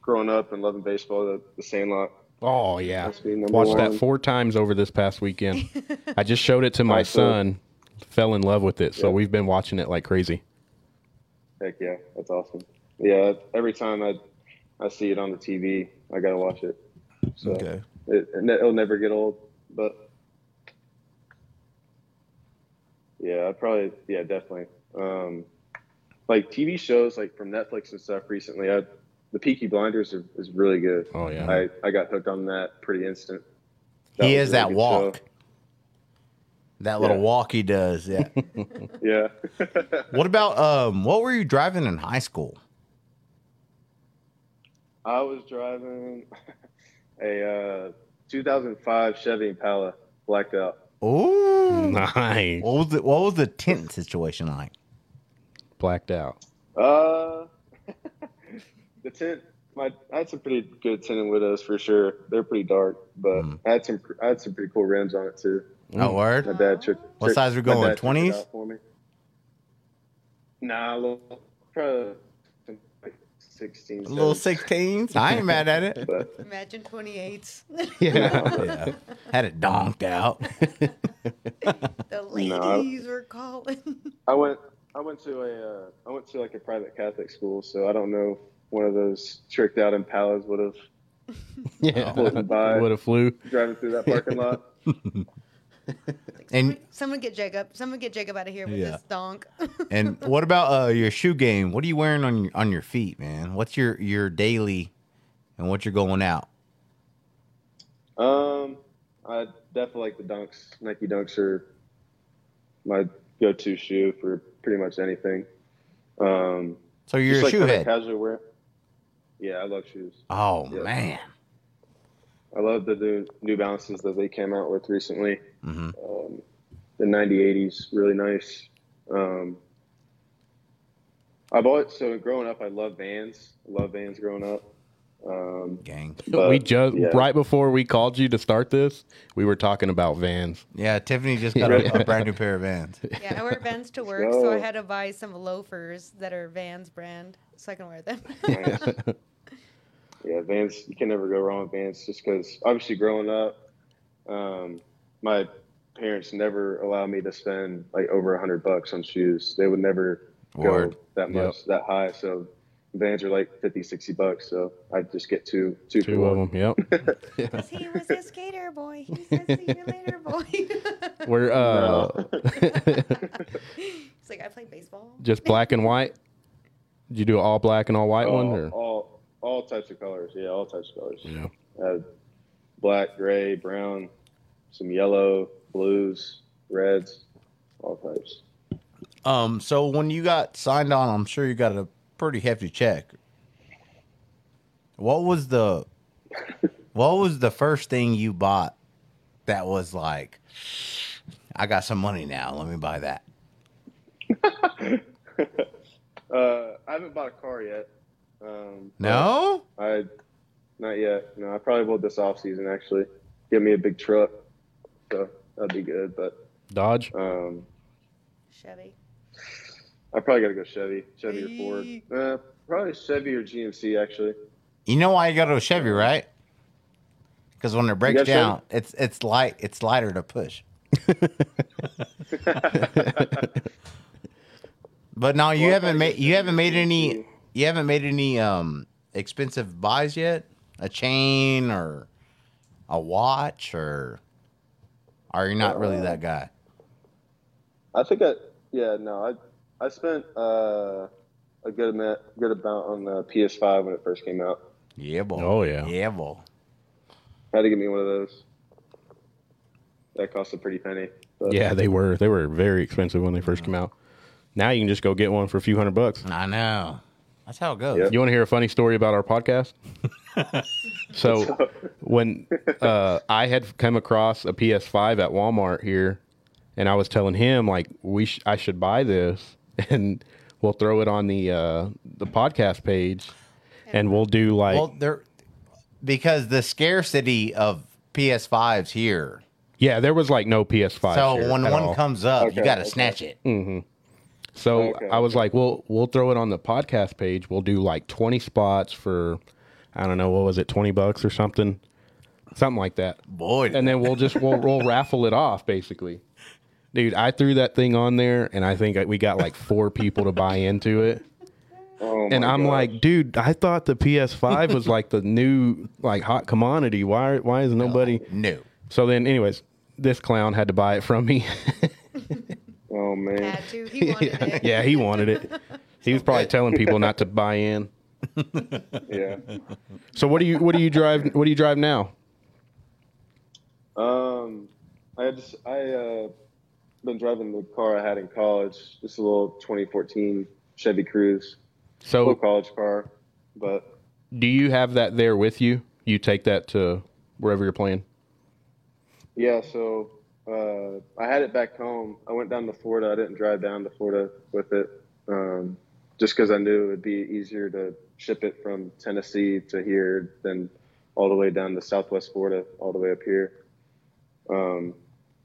S4: growing up and loving baseball, the, the Sandlot.
S1: Oh yeah.
S4: Must be number
S1: Watched that
S4: one.
S1: four times over this past weekend. I just showed it to my
S4: Alright, cool.
S1: son. Fell in love with it, so
S4: Yeah.
S1: we've been watching it like crazy.
S4: Heck yeah, that's awesome. Yeah, every time I I see it on the TV, I gotta watch it. So it, it ne- it'll never get old. But yeah, I probably yeah definitely. Um, like TV shows like from Netflix and stuff recently. I, the Peaky Blinders are, is really good.
S1: Oh, yeah.
S4: I, I got hooked on that pretty instant.
S2: he is
S4: was a
S2: that
S4: really good
S2: walk. That little
S4: Yeah.
S2: walk he does. Yeah.
S4: show. Yeah.
S2: what about um? What were you driving in high school?
S4: I was driving a uh, 2005 Chevy Impala, blacked out.
S2: Ooh.
S1: Nice.
S2: What was the What was the tent situation like?
S1: Blacked out.
S4: Uh, the tent, my I had some pretty good tinted widows for sure. They're pretty dark, but
S2: Mm.
S4: I had some I had some pretty cool rims on it too.
S1: Mm.
S2: Oh, word.
S4: My dad took.
S2: What
S4: took-
S2: size we
S4: my dad
S2: going,
S4: took it
S2: 20s?
S4: out for me. Nah, a little, probably like 16.
S2: A little
S4: 17,
S2: sixteens. I ain't mad at it.
S4: But
S3: Imagine 28s.
S1: Yeah.
S2: yeah. Had it donked out.
S3: the
S4: No.
S3: ladies were calling.
S4: I went. I went to a. Uh, I went to like a private Catholic school, so I don't know. if One of those tricked out Impalas would have
S1: yeah.
S4: Floating by.
S1: Would have flew.
S4: driving through that parking lot.
S3: Like,
S2: And-
S3: someone, someone get Jacob. Someone get Jacob out of here with
S2: Mm. Yeah.
S3: this donk.
S2: And what about uh, your shoe game? What are you wearing on your, on your feet, man? What's your your daily, and what you're going out?
S4: Um, I definitely like the Dunks. Nike Dunks are my go-to shoe for pretty much anything. Um,
S2: So you're
S4: just
S2: a
S4: like
S2: shoe
S4: kinda
S2: head.
S4: Casual wear. Yeah, I love shoes.
S2: Oh
S4: Yeah.
S2: man.
S4: I love the new New Balances that they came out with recently.
S2: hmm
S4: Um, the 9080s, really nice. Um, I've always so growing up, I love Vans. Love Vans growing up. Um,
S2: Gang.
S4: But,
S1: we just
S4: yeah.
S1: right before we called you to start this, we were talking about vans.
S2: Yeah, Tiffany just got a, a brand new pair of Vans.
S3: yeah, I wear Vans to work, so I
S4: go.
S3: had to buy some loafers that are Vans brand so I can wear them.
S4: Nice. yeah, Vans. You can never go wrong with Vans, just because obviously growing up, um, my parents never allowed me to spend like over a hundred bucks on shoes. They would never
S2: Word.
S4: go that much, that high. So Vans are like 50, 60 bucks. So I just get two, two, for
S1: Two
S4: one.
S1: of them. Yep.
S3: 'Cause he was a skater boy. He says, see you later, boy. He's
S1: We're uh,
S3: like, I play baseball.
S1: just black and white. Did you do an all black and all white one?
S4: all,
S1: Or?
S4: all, all types of colors. Yeah, all types of colors.
S1: Yeah.
S4: Uh, black, gray, brown, some yellow, blues, reds, all types.
S2: Um, so when you got signed on, I'm sure you got a pretty hefty check. What was the what was the first thing you bought that was like I got some money now, let me buy that.
S4: Uh, I haven't bought a car yet. Um,
S2: No?
S4: I not yet. No, I probably will this off season actually. Get me a big truck, so that'd be good. But
S1: Dodge.
S4: um,
S3: Chevy.
S4: I probably gotta go Chevy, Chevy or Ford. Uh, probably Chevy or GMC actually.
S2: You know why you got to a Chevy, right? Because when it breaks
S4: got a
S2: down, it's it's light, it's lighter to push. but no, you
S4: Well, I
S2: haven't
S4: probably
S2: made
S4: got
S2: you haven't made any
S4: GMC.
S2: you haven't made any um expensive buys yet. A chain or a watch or are you not really
S4: Uh,
S2: that guy?
S4: I think I yeah no I I spent uh, a good amount good amount on the PS5 when it first came out.
S2: Yeah, boy.
S1: Oh, yeah.
S2: yeah, boy.
S4: had to get me one of those. That cost a pretty penny. But
S1: Yeah, they were. They were very expensive when they first came out. Now you can just go get one for a few hundred bucks.
S2: I know. That's how it goes.
S4: Yeah.
S1: You want to hear a funny story about our podcast? so, when uh, I had come across a PS5 at Walmart here, and I was telling him like we sh- I should buy this, and we'll throw it on the uh, the podcast page, and we'll do like
S2: Well, there because the scarcity of PS5s here.
S1: yeah, there was like no PS5.
S2: so
S1: here
S2: when
S1: at
S2: one
S1: all. Hmm.
S2: comes up, you
S4: Okay,
S2: got to
S4: okay.
S2: snatch it.
S1: So
S4: Okay,
S1: I was like, well, we'll throw it on the podcast page. We'll do like 20 spots for, I don't know, what was it, 20 bucks or something? Something like that.
S2: Boy,
S1: And then we'll just, we'll, we'll raffle it off basically. Dude, I threw that thing on there and I think we got like four people to buy into it.
S4: Oh my
S1: And I'm
S4: gosh.
S1: like, dude, I thought the PS5 was like the new like hot commodity. Why why is nobody
S2: no.
S1: So then anyways, this clown had to buy it from me.
S4: oh man,
S3: Had to. He wanted it.
S1: yeah, he wanted it. He was probably telling people not to buy in.
S4: yeah.
S1: So what do you what do you drive what do you drive now?
S4: Um, I had just, I uh, been driving the car I had in college, just a little 2014 Chevy Cruze, little
S1: So
S4: college car, but
S1: do you have that there with you? You take that to wherever you're playing.
S4: yeah. So uh, I had it back home. I went down to Florida. I didn't drive down to Florida with it, um, just because I knew it would be easier to ship it from Tennessee to here than all the way down to Southwest Florida, all the way up here. Um,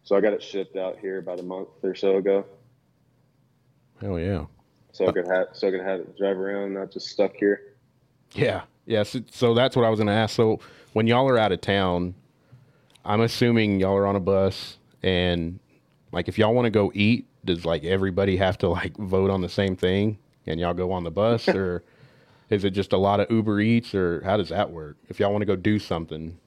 S4: so I got it shipped out here about a month or so ago.
S1: Hell yeah.
S4: so I could have so I could have it drive around, not just stuck here.
S1: Yeah. Yeah. So, so that's what I was going to ask. So when y'all are out of town, I'm assuming y'all are on a bus and like if y'all want to go eat, does like everybody have to like vote on the same thing and y'all go on the bus or is it just a lot of Uber Eats or how does that work? If y'all want to go do something.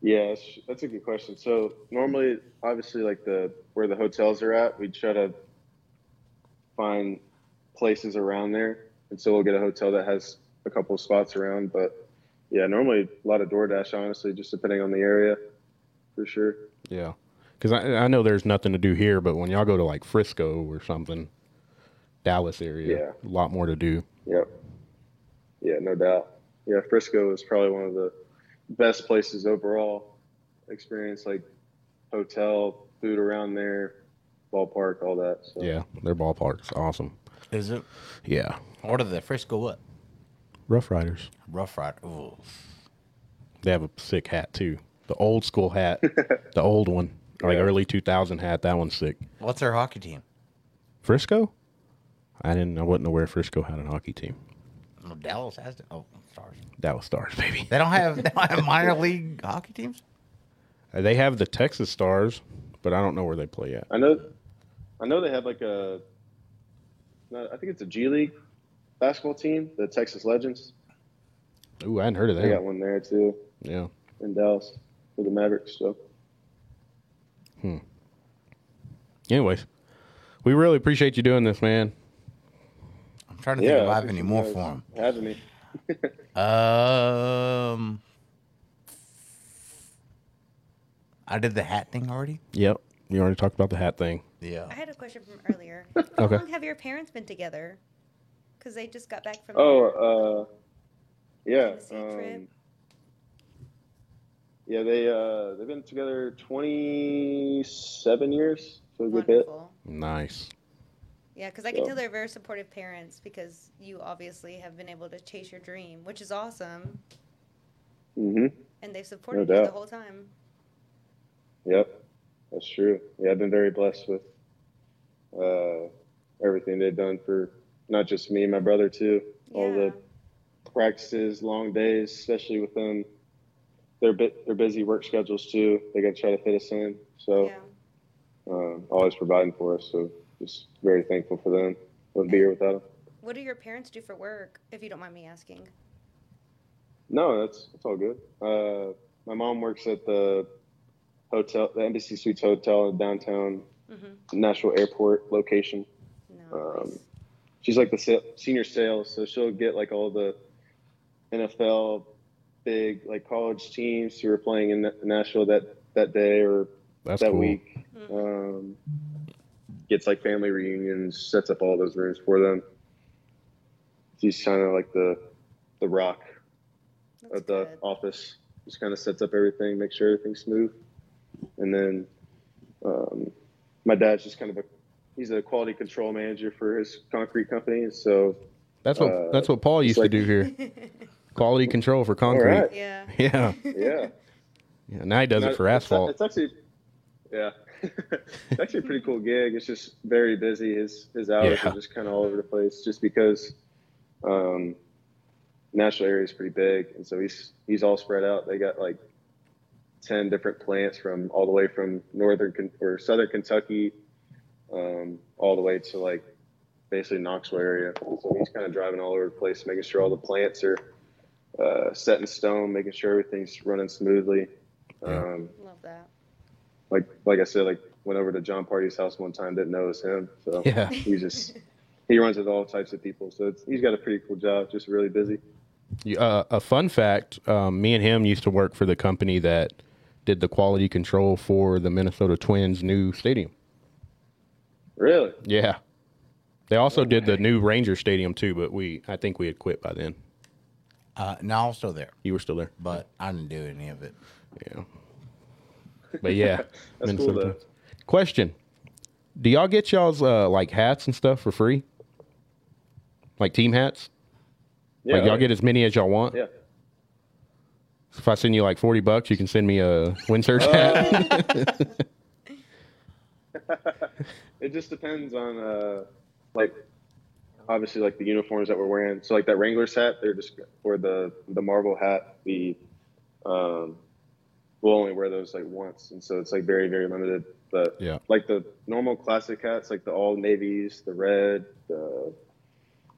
S4: Yeah, that's, that's a good question. So normally, obviously, like the where the hotels are at, we try to find places around there, and so we'll get a hotel that has a couple of spots around. But yeah, normally a lot of DoorDash, honestly, just depending on the area, for sure.
S1: Yeah. Cause I, I know there's nothing to do here, but when y'all go to like Frisco or something, Dallas area, a lot more to do.
S4: Yep. Yeah, no doubt. Yeah, Frisco is probably one of the best places overall. Experience like hotel, food around there, ballpark, all that. So.
S1: Yeah. Their ballpark's awesome.
S2: Is it?
S1: Yeah.
S2: Order the Frisco what?
S1: Rough Riders.
S2: Rough Rider. Ooh.
S1: They have a sick hat too. The old school hat, the old one, like
S4: Yeah.
S1: early 2000 hat. That one's sick.
S2: What's our hockey team?
S1: Frisco? I didn't. I wasn't aware Frisco had an hockey team.
S2: Oh, Dallas has to. Oh, sorry.
S1: Dallas Stars, baby.
S2: They don't have they don't have minor league hockey teams.
S1: Uh, They have the Texas Stars, but I don't know where they play at.
S4: I know, I know they have like a, no, I think it's a G League basketball team, the Texas Legends.
S1: Ooh, I hadn't heard of
S4: They got
S1: that.
S4: one there too
S1: Yeah.
S4: in Dallas for the Mavericks. So
S1: Anyways, we really appreciate you doing this, man.
S2: I'm trying to think
S4: yeah,
S2: if I have
S4: appreciate
S2: any
S4: you
S2: more
S4: guys
S2: for them.
S4: Having me.
S2: Um, I did the hat thing already.
S1: Yep. You already talked about the hat thing.
S2: Yeah.
S3: I had a question from earlier. How
S1: Okay.
S3: long have your parents been together? Because they just got back from.
S4: Oh, uh, yeah.
S3: Tennessee trip.
S4: Um, yeah, they uh, they've been together 27 years, so a good bit.
S3: wonderful.
S1: Nice.
S3: Yeah, because I can
S4: So-
S3: tell they're very supportive parents because you obviously have been able to chase your dream, which is awesome,
S4: hmm
S3: and they've supported you
S4: doubt.
S3: the whole time.
S4: Yep, that's true. Yeah, I've been very blessed with uh, everything they've done for not just me, my brother too. All
S3: Yeah.
S4: the practices, long days, especially with them. Their bit, their busy work schedules too. They got to try to fit us in, so.
S3: Yeah.
S4: um, always providing for us. So just very thankful for them. Wouldn't be here without them.
S3: What do your parents do for work, if you don't mind me asking?
S4: No, that's that's all good. Uh, my mom works at the hotel, the Embassy Suites Hotel in downtown
S3: Mhm.
S4: Nashville Airport location.
S3: No.
S4: Um,
S3: nice.
S4: She's like the sa- senior sales, so she'll get like all the NFL big like college teams who are playing in Na- Nashville that that day or
S1: That's
S4: that
S1: cool.
S4: week.
S3: Mm,
S4: Um, gets like family reunions, sets up all those rooms for them. She's kind of like the the rock
S3: That's
S4: of uh, the
S3: good.
S4: office. Just kind of sets up everything, makes sure everything's smooth, and then um, my dad's just kind of a he's a quality control manager for his concrete company, and so
S1: That's what
S4: uh,
S1: that's what Paul
S4: it's
S1: used
S4: like-
S1: to do here. Quality control for concrete.
S4: right.
S3: Yeah.
S1: Yeah.
S4: yeah.
S1: yeah. Now he does
S4: No,
S1: it for
S4: it's-
S1: asphalt.
S4: It's, actually, yeah, it's actually a pretty cool gig. It's just very busy. His his hours
S1: Yeah.
S4: are just kind of all over the place, just because um, Nashville area is pretty big, and so he's he's all spread out. They got like ten different plants from all the way from northern Ken- or southern Kentucky, um, all the way to like basically Knoxville area. So he's kind of driving all over the place, making sure all the plants are. Uh, set in stone, making sure everything's running smoothly.
S1: Yeah.
S4: Um,
S3: Love that.
S4: like like I said, like went over to John Party's house one time, didn't know it was him. So
S1: Yeah.
S4: he just he runs with all types of people. So it's, he's got a pretty cool job, just really busy.
S1: You- Uh, a fun fact: um, me and him used to work for the company that did the quality control for the Minnesota Twins' new stadium.
S4: Really?
S1: Yeah, they also did the new Ranger Stadium too, but we I think we had quit by then.
S2: Uh, no, I was still there,
S1: You were still there,
S2: but I didn't do any of it.
S1: yeah. But yeah,
S4: That's cool, though.
S1: Twins. Question: Do y'all get y'all's uh, like hats and stuff for free? Like team hats?
S4: Yeah.
S1: like y'all get as many as y'all want.
S4: Yeah.
S1: If I send you like forty bucks, you can send me a windsurf hat.
S4: It just depends on, uh, like, obviously, like the uniforms that we're wearing. So, like that Wranglers hat, they're just or the the Marvel hat. The um, we'll only wear those like once, and so it's like very very limited. But
S1: Yeah.
S4: like the normal classic hats, like the all navies, the red, the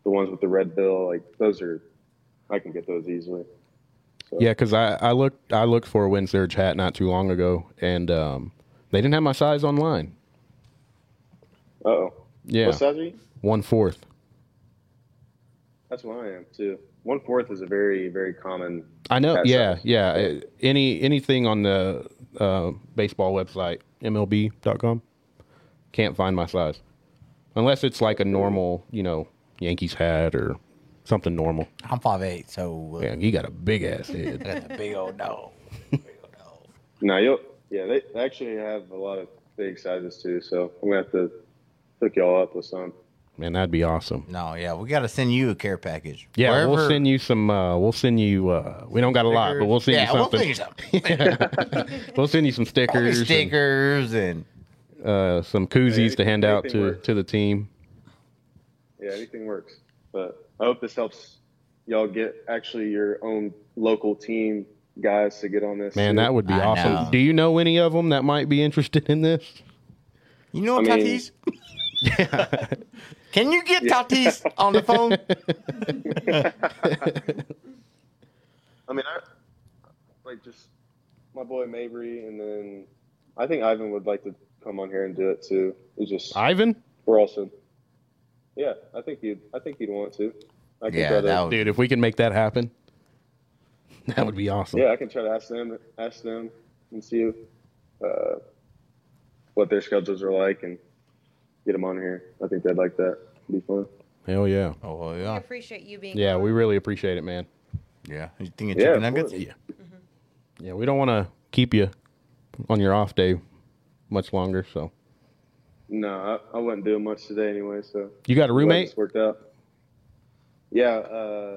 S4: the ones with the red bill, like those are, I can get those easily.
S1: yeah, because I, I looked I looked for a wind surge hat not too long ago, and um, they didn't have my size online.
S4: Uh oh.
S1: Yeah,
S4: What size are you?
S1: one fourth.
S4: That's what I am too. One fourth is a very very common.
S1: I know.
S4: hat
S1: yeah,
S4: size.
S1: yeah. Uh, Any anything on the uh, baseball website MLB.com can't find my size, unless it's like a normal, you know, Yankees hat or something normal.
S2: I'm five eight, so uh,
S1: Yeah, you got a big ass head.
S2: I got the big old no.
S4: No, you'll yeah. They they actually have a lot of big sizes too. So I'm gonna have to hook y'all up with some.
S1: Man, that'd be awesome.
S2: No, yeah, we got to send you a care package.
S1: Yeah, we'll send you some. Uh, we'll send you. Uh, we don't got a lot, but we'll send
S2: yeah,
S1: you something.
S2: We'll send you something.
S1: We'll send you some stickers, and,
S2: stickers and
S1: uh, some koozies
S4: Yeah,
S1: to hand out
S4: anything
S1: to,
S4: works.
S1: to the team.
S4: Yeah, anything works. But I hope this helps y'all get actually your own local team guys to get on this.
S1: Man,
S4: too.
S1: that would be
S2: I
S1: awesome.
S2: know.
S1: Do you know any of them that might be interested in this?
S2: you know what,
S4: I mean-
S2: Tatis? Can you get Tatis on the phone?
S4: I mean, I like just my boy Mabry, and then I think Ivan would like to come on here and do it too. It's just
S1: Ivan,
S4: we're also. Yeah, I think he'd. I think he'd want to. I can
S2: Yeah,
S4: try to,
S2: that would-
S1: dude, if we can make that happen, that would be awesome.
S4: Yeah, I can try to ask them, ask them, and see uh, what their schedules are like, and get them on here. I think they'd like that. It'd be fun.
S1: Hell yeah,
S2: oh well,
S3: I
S2: yeah,
S3: appreciate you being.
S1: yeah.
S3: on.
S1: We really appreciate it, man.
S2: yeah. You thinking
S4: Yeah,
S2: chicken
S4: of
S2: nuggets?
S4: course.
S1: Yeah, we don't want to keep you on your off day much longer. So
S4: No, I, I wasn't doing much today anyway, so
S1: you got a
S4: glad
S1: roommate?
S4: this worked out. Yeah, uh,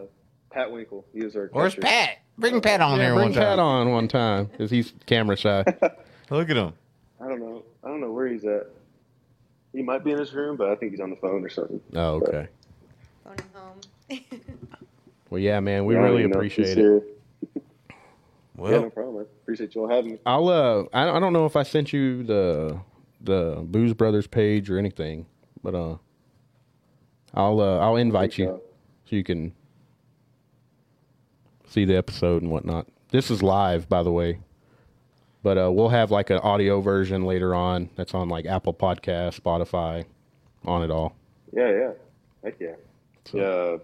S4: Pat Winkle. He was our.
S2: Where's
S4: catcher.
S2: Pat? Bring Pat on
S1: Yeah,
S2: there
S1: bring
S2: one time.
S1: Pat on one time because he's camera shy.
S2: Look at him.
S4: I don't know. I don't know where he's at. He might be in his room, but I think he's on the phone or something.
S1: oh, okay.
S3: Phone him home.
S1: Well, yeah, man, we
S4: I don't
S1: really
S4: even know if he's
S1: appreciate it.
S4: here. Yeah, no
S2: Well,
S4: problem. I appreciate y'all having me.
S1: I'll uh, I don't, I don't know if I sent you the the Booze Brothers page or anything, but uh, I'll uh, I'll invite you
S4: so.
S1: so you can see the episode and whatnot. This is live, by the way, but uh, we'll have like an audio version later on that's on like Apple Podcast, Spotify, on it all.
S4: Yeah, yeah. Heck yeah. Yeah.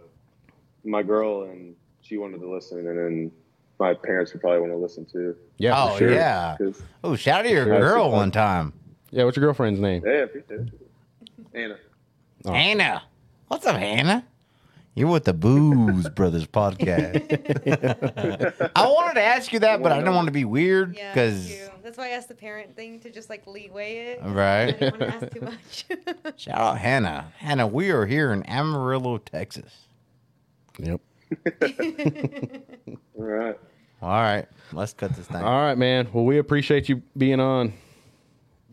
S4: My girl and she wanted to listen and then my parents would probably want to listen too.
S1: Yeah, for
S2: oh
S1: sure.
S2: yeah.
S4: 'Cause-
S2: Oh, shout out to your
S4: Sure.
S2: girl one time,
S1: Yeah, what's your girlfriend's name?
S4: yeah, I appreciate it. Anna.
S1: Oh.
S2: Hannah. What's up, Hannah? You're with the Booze Brothers podcast. I wanted to ask you that, but I didn't want to be weird
S3: yeah,
S2: because
S3: you. that's why I asked the parent thing to just like leeway it. I
S2: right.
S3: didn't want to ask too much.
S2: Shout out Hannah. Hannah, we are here in Amarillo, Texas.
S1: Yep.
S4: All right.
S2: All right, let's cut this thing.
S1: All right, man. Well, we appreciate you being on.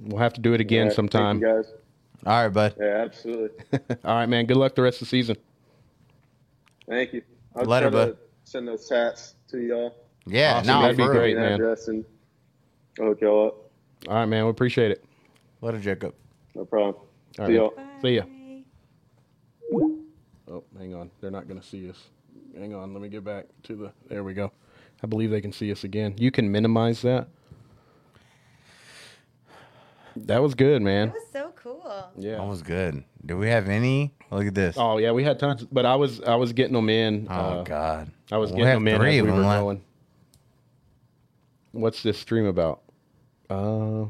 S1: We'll have to do it
S4: All
S1: again
S4: right.
S1: sometime.
S4: Thank you guys.
S2: All right, bud.
S4: Yeah, absolutely.
S1: All right, man. Good luck the rest of the season.
S4: Thank you. I'll
S2: Later,
S4: try
S2: bud.
S4: to send those stats to y'all.
S2: Yeah,
S1: Awesome.
S2: no,
S1: That'd be
S2: for real.
S1: great.
S4: and
S1: man.
S4: address and I'll hook y'all up.
S1: All right, man. We appreciate it.
S2: What a Jacob.
S4: No problem.
S1: All right,
S4: See
S1: man.
S4: y'all.
S1: See ya.
S3: Bye.
S1: Oh, hang on. They're not going to see us. Hang on. Let me get back to the. There we go. I believe they can see us again. You can minimize that. That was good, man.
S3: That was so Cool.
S1: Yeah.
S2: That was good. Do we have any? Look at this. Oh,
S1: Oh yeah, we had tons, but I was I was getting them in. uh,
S2: God.
S1: I was
S2: We
S1: getting
S2: have
S1: them in
S2: three
S1: as
S2: of
S1: we
S2: them
S1: were
S2: left.
S1: going. What's this stream about? Uh,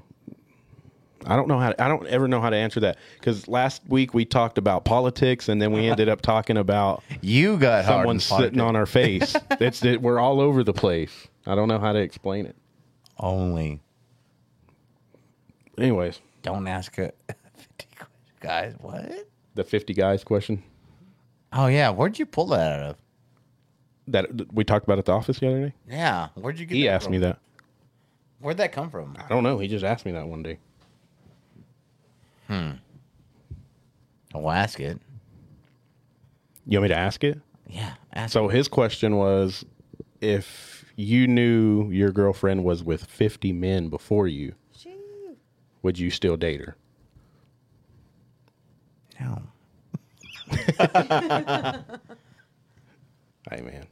S1: I don't know how. To, I don't ever know how to answer that because last week we talked about politics, and then we ended up talking about
S2: You got hard
S1: someone
S2: and
S1: sitting
S2: farted.
S1: on our face. it's it, we're all over the place. I don't know how to explain it.
S2: only.
S1: Anyways,
S2: Don't ask a fifty question. guys. What?
S1: the fifty guys question
S2: Oh yeah, where'd you pull that out of?
S1: that that we talked about at the office the other day.
S2: Yeah, where'd you get?
S1: He
S2: that
S1: asked
S2: from?
S1: me that.
S2: Where'd that come from?
S1: I don't know. He just asked me that one day.
S2: I'll ask it.
S1: You want me to ask it?
S2: Yeah, ask.
S1: So his question was if you knew your girlfriend was with 50 men before you,
S3: Shoo.
S1: would you still date her?
S2: it. No.
S1: Hey, man.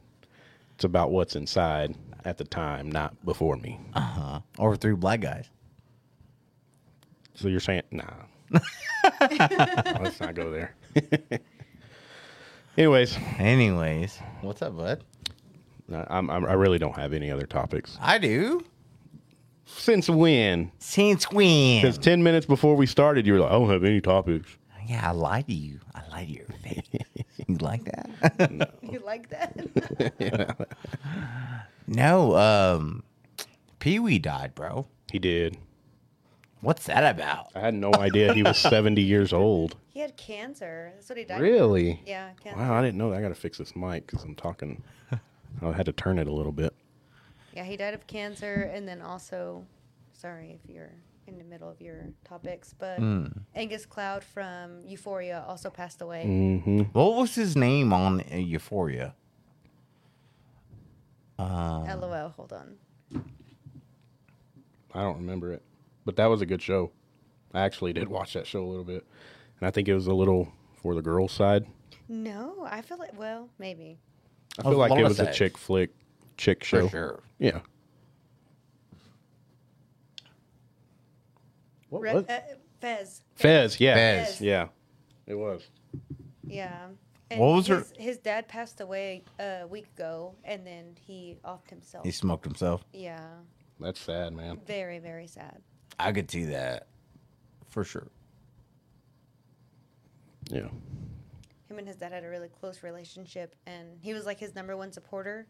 S1: It's about what's inside at the time, not before me.
S2: Or through black guys.
S1: So you're saying, nah. Let's not go there. Anyways,
S2: Anyways, what's up, bud?
S1: no, I'm, I'm, I really don't have any other topics.
S2: I do.
S1: Since when?
S2: Since when?
S1: Because 10 minutes before we started, you were like, I don't have any topics.
S2: Yeah, I lied to you. I lied to your face. you like that?
S3: You like that?
S2: no. Um, Pee Wee died, bro.
S1: He did.
S2: What's that about?
S1: I had no idea he was 70 years old.
S3: he had cancer. That's what he died. of.
S1: Really?
S3: Yeah. Cancer.
S1: Wow, I didn't know that. I got to fix this mic because I'm talking. I had to turn it a little bit.
S3: Yeah, he died of cancer, and then also, sorry if you're in the middle of your topics, but
S1: Hmm.
S3: Angus Cloud from Euphoria also passed away.
S1: Mm-hmm.
S2: What was his name on uh, Euphoria?
S3: LOL. Hold on.
S1: I don't remember it, but that was a good show. I actually did watch that show a little bit, and I think it was a little for the girls' side.
S3: No, I feel like well, maybe.
S1: I
S2: was
S1: feel like it
S2: Lola
S1: was a
S2: side.
S1: chick flick, chick
S2: For
S1: show.
S2: sure.
S1: Yeah. What
S3: Re-
S1: was
S3: uh, Fez.
S1: Fez? Yeah,
S2: Fez.
S1: yeah, it was.
S3: Yeah.
S2: What was her-
S3: his, His dad passed away a week ago, and then he offed himself.
S2: He smoked himself.
S3: yeah.
S1: That's sad, man.
S3: Very very sad.
S2: I could see that for sure.
S1: Yeah.
S3: him and his dad had a really close relationship and he was like his number one supporter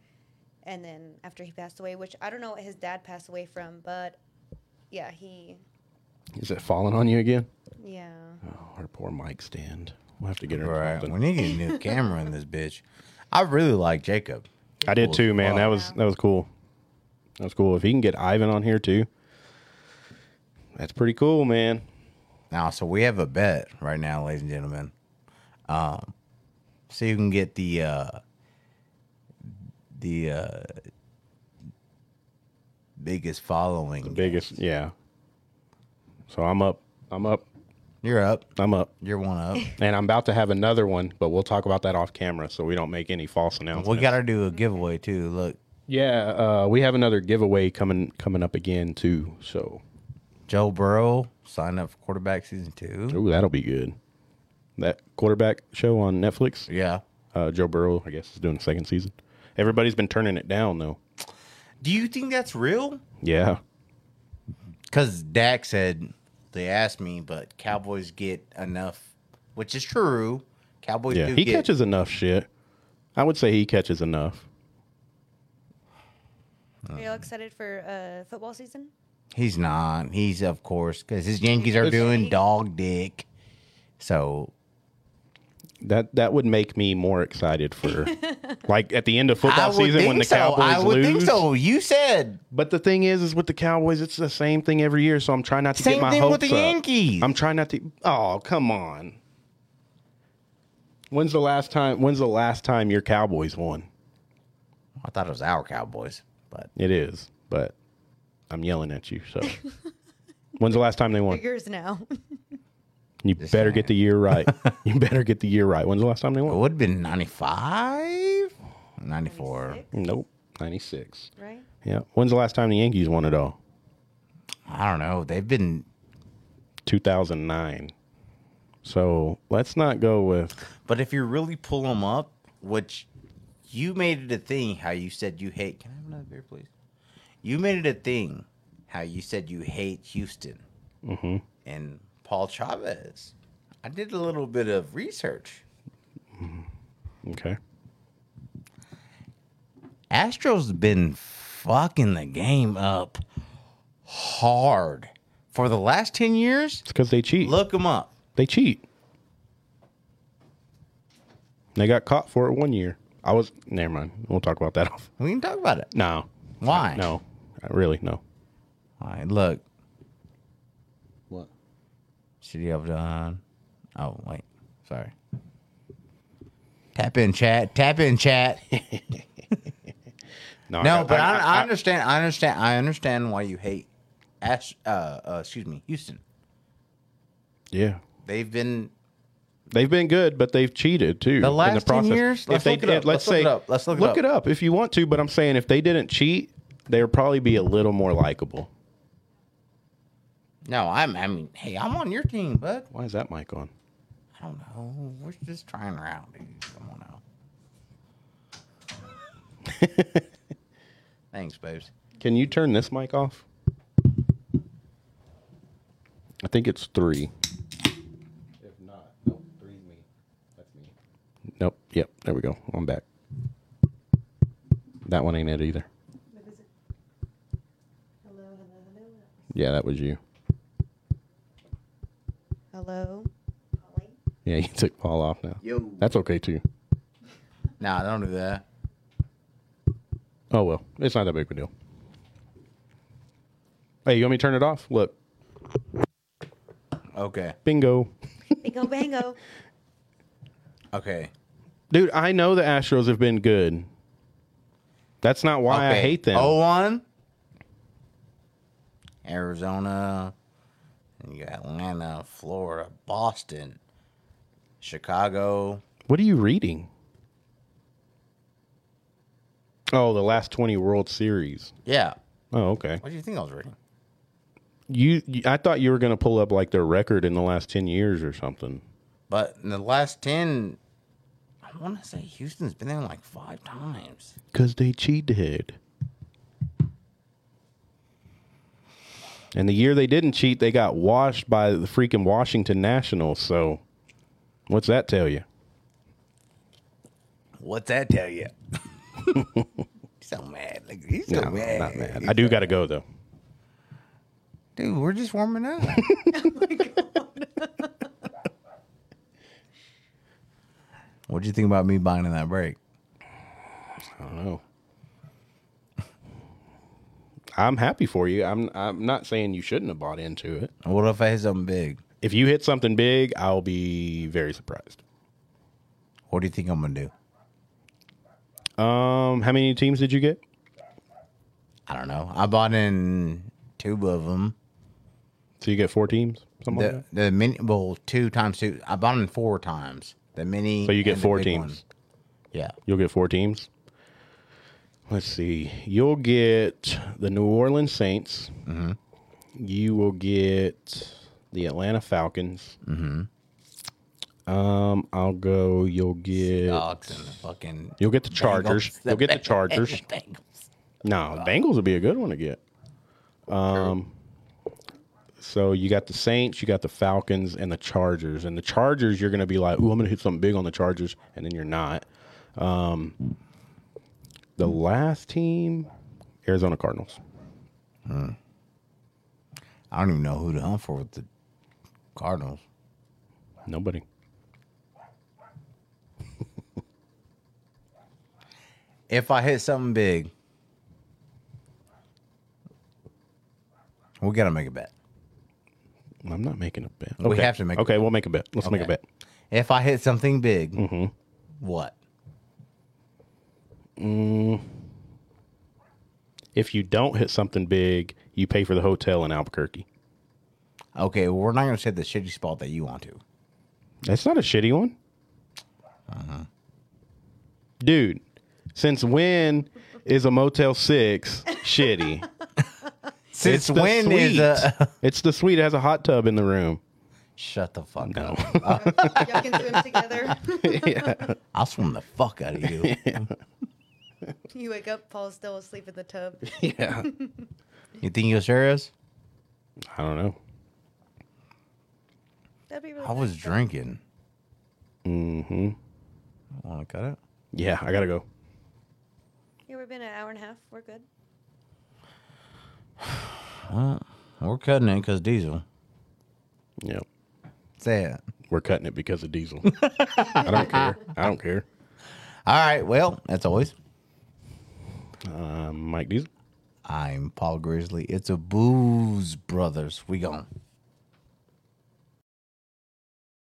S3: and then after he passed away which i don't know what his dad passed away from but yeah he
S1: Is it falling on you again?
S3: yeah
S1: Oh, her poor mic stand. We'll have to get her
S2: Right.
S1: something.
S2: We need to get a new camera in this bitch. I really like Jacob.
S1: I did too, man. That
S2: Wow.
S1: was that was cool. That was cool. If he can get Ivan on here too, that's pretty cool, man.
S2: Now, so we have a bet right now, ladies and gentlemen. Um, see who can get the uh, the uh, biggest following.
S1: Biggest, yeah. So I'm up. I'm up.
S2: You're up.
S1: I'm up.
S2: You're one up.
S1: And I'm about to have another one, but we'll talk about that off camera so we don't make any false announcements.
S2: we got to do a giveaway too. Look,
S1: yeah, uh, we have another giveaway coming coming up again too. So,
S2: Joe Burrow signed up for quarterback season two.
S1: ooh, that'll be good. That quarterback show on Netflix.
S2: Yeah.
S1: Uh, Joe Burrow, I guess, is doing the second season. Everybody's been turning it down though.
S2: Do you think that's real?
S1: Yeah.
S2: Because Dak said they asked me, but Cowboys get enough, which is true. Cowboys
S1: Yeah,
S2: do
S1: he
S2: get.
S1: catches enough shit. I would say he catches enough.
S3: are y'all excited for uh football season
S2: He's not. He's of course because his Yankees are doing dog dick. So
S1: That that would make me more excited for like at the end of
S2: I
S1: football
S2: would
S1: season
S2: think
S1: when the
S2: so.
S1: Cowboys
S2: I would
S1: lose.
S2: think so. You said
S1: But the thing is, is with the Cowboys, it's the same thing every year. So I'm trying not to get
S2: same
S1: my
S2: thing
S1: hopes
S2: with the
S1: up.
S2: Yankees.
S1: I'm trying not to. Oh come on. When's the last time? When's the last time your Cowboys won?
S2: I thought it was our Cowboys, but
S1: It is, but I'm yelling at you. So when's the last time they won?
S3: figures now
S1: You
S2: Just
S1: better
S2: saying.
S1: get the year right. you better get the year right. When's the last time they
S2: it
S1: won?
S2: would have been 95, 94.
S3: 96,
S1: Nope. 96.
S3: right
S1: Yeah. When's the last time the Yankees won it all?
S2: I don't know. They've been
S1: 2009. So let's not go with
S2: But if you really pull them up, which you made it a thing how you said you hate. Can I have another beer, please? You made it a thing how you said you hate Houston and Paul Chavez. I did a little bit of research.
S1: okay.
S2: Astros been fucking the game up hard for the last 10 years.
S1: It's because they cheat.
S2: Look them up.
S1: They cheat. They got caught for it one year. I was never mind. We'll talk about that off.
S2: We can talk about it.
S1: No.
S2: Why?
S1: No. I really no.
S2: All right, look.
S1: What?
S2: City of John. Oh, wait. Sorry. Tap in chat. Tap in chat.
S1: No,
S2: no,
S1: got-
S2: but I, I, understand. I understand. I understand why you hate. Ash, uh, uh, excuse me, Houston.
S1: yeah.
S2: They've been
S1: They've been good, but they've cheated too.
S2: The
S1: in
S2: last 10
S1: the process.
S2: years?
S1: If
S2: Let's
S1: they
S2: look it
S1: did,
S2: up.
S1: let's
S2: Let's look
S1: say,
S2: it up. Let's look it up.
S1: it up if you want to. But I'm saying if they didn't cheat, they would probably be a little more likable.
S2: no. I'm. I mean, hey, I'm on your team, bud.
S1: Why is that mic on?
S2: I don't know. We're just trying around, dude. Come on out. Thanks, babes.
S1: Can you turn this mic off? I think it's three. If not, nope, three's me. That's me. Nope. Yep. There we go. I'm back. That one ain't it either.
S3: Hello, hello, hello.
S1: Yeah, that was you.
S3: Hello.
S1: Yeah, you took Paul off now.
S2: Yo.
S1: That's okay too.
S2: Nah, don't do that.
S1: Oh well, it's not that big of a deal. Hey, you want me to turn it off? Look,
S2: Okay.
S1: bingo,
S3: Bingo bango.
S2: Okay.
S1: dude. I know the Astros have been good. That's not why I
S2: Okay. Oh.
S1: hate them.
S2: 01, Arizona, and you got Atlanta, Florida, Boston, Chicago.
S1: What are you reading? Oh, the last twenty World Series.
S2: Yeah.
S1: Oh, okay.
S2: What do you think I was reading?
S1: You, you I thought you were going to pull up like their record in the last ten years or something.
S2: But in the last 10, I want to say Houston's been there like five times.
S1: Because they cheated. And the year they didn't cheat, they got washed by the freaking Washington Nationals. So, what's that tell you?
S2: What's that tell you? he's so mad. Like, he's so
S1: No,
S2: mad.
S1: not mad. I do got to go, though.
S2: Dude, we're just warming up. What'd you think about me buying in that break?
S1: I don't know. I'm happy for you. I'm, I'm not saying you shouldn't have bought into it.
S2: And What if I hit something big?
S1: If you hit something big, I'll be very surprised.
S2: What do you think I'm gonna do?
S1: Um, how many teams did you get?
S2: I don't know. I bought in two of them.
S1: So you get four teams, something like
S2: The
S1: that.
S2: the mini well two times two. I bought in four times. The mini.
S1: So you get
S2: and the
S1: four
S2: big
S1: teams.
S2: one. Yeah.
S1: You'll get four teams. Let's see. You'll get the New Orleans Saints. You will get the Atlanta Falcons. Um, I'll go. You'll get.
S2: Dogs and the fucking.
S1: You'll get the Chargers.
S2: Bengals.
S1: You'll get the Chargers.
S2: Bengals.
S1: No, Bengals would be a good one to get. Um, so you got the Saints, you got the Falcons, and the Chargers. And the Chargers, you're going to be like, "Ooh, I'm going to hit something big on the Chargers," and then you're not. Um, the last team, Arizona Cardinals.
S2: I don't even know who to hunt for with the Cardinals.
S1: Nobody.
S2: If I hit something big, we gotta make a bet.
S1: I'm not making a bet.
S2: We have to make a
S1: Okay, we'll make a bet. Let's make a
S2: Okay.
S1: bet.
S2: If I hit something big,
S1: Mm-hmm.
S2: what?
S1: If you don't hit something big, you pay for the hotel in Albuquerque.
S2: Okay, well, we're not gonna say the shitty spot that you want to.
S1: That's not a shitty one.
S2: Uh-huh.
S1: Dude, since when is a Motel 6 shitty?
S2: Since when is a
S1: it's the suite. It has a hot tub in the room.
S2: Shut the fuck
S1: No.
S2: up.
S3: Y'all can swim together.
S1: yeah.
S2: I'll swim the fuck out of you.
S3: you wake up, Paul's still asleep in the tub.
S1: yeah.
S2: You think you'll share us?
S1: I don't know.
S3: That'd be really
S2: I was
S3: nice.
S2: drinking.
S1: Mm-hmm.
S2: Want to cut it?
S1: Yeah, I gotta go.
S3: Yeah, we've been an hour and a half. We're good.
S2: We're cutting it because diesel.
S1: Yeah.
S2: Say it.
S1: We're cutting it because of diesel. I don't care. I don't care.
S2: All right. Well, as always,
S1: Um, Mike Diesel.
S2: I'm Paul Grizzly. It's a booze brothers. We gone.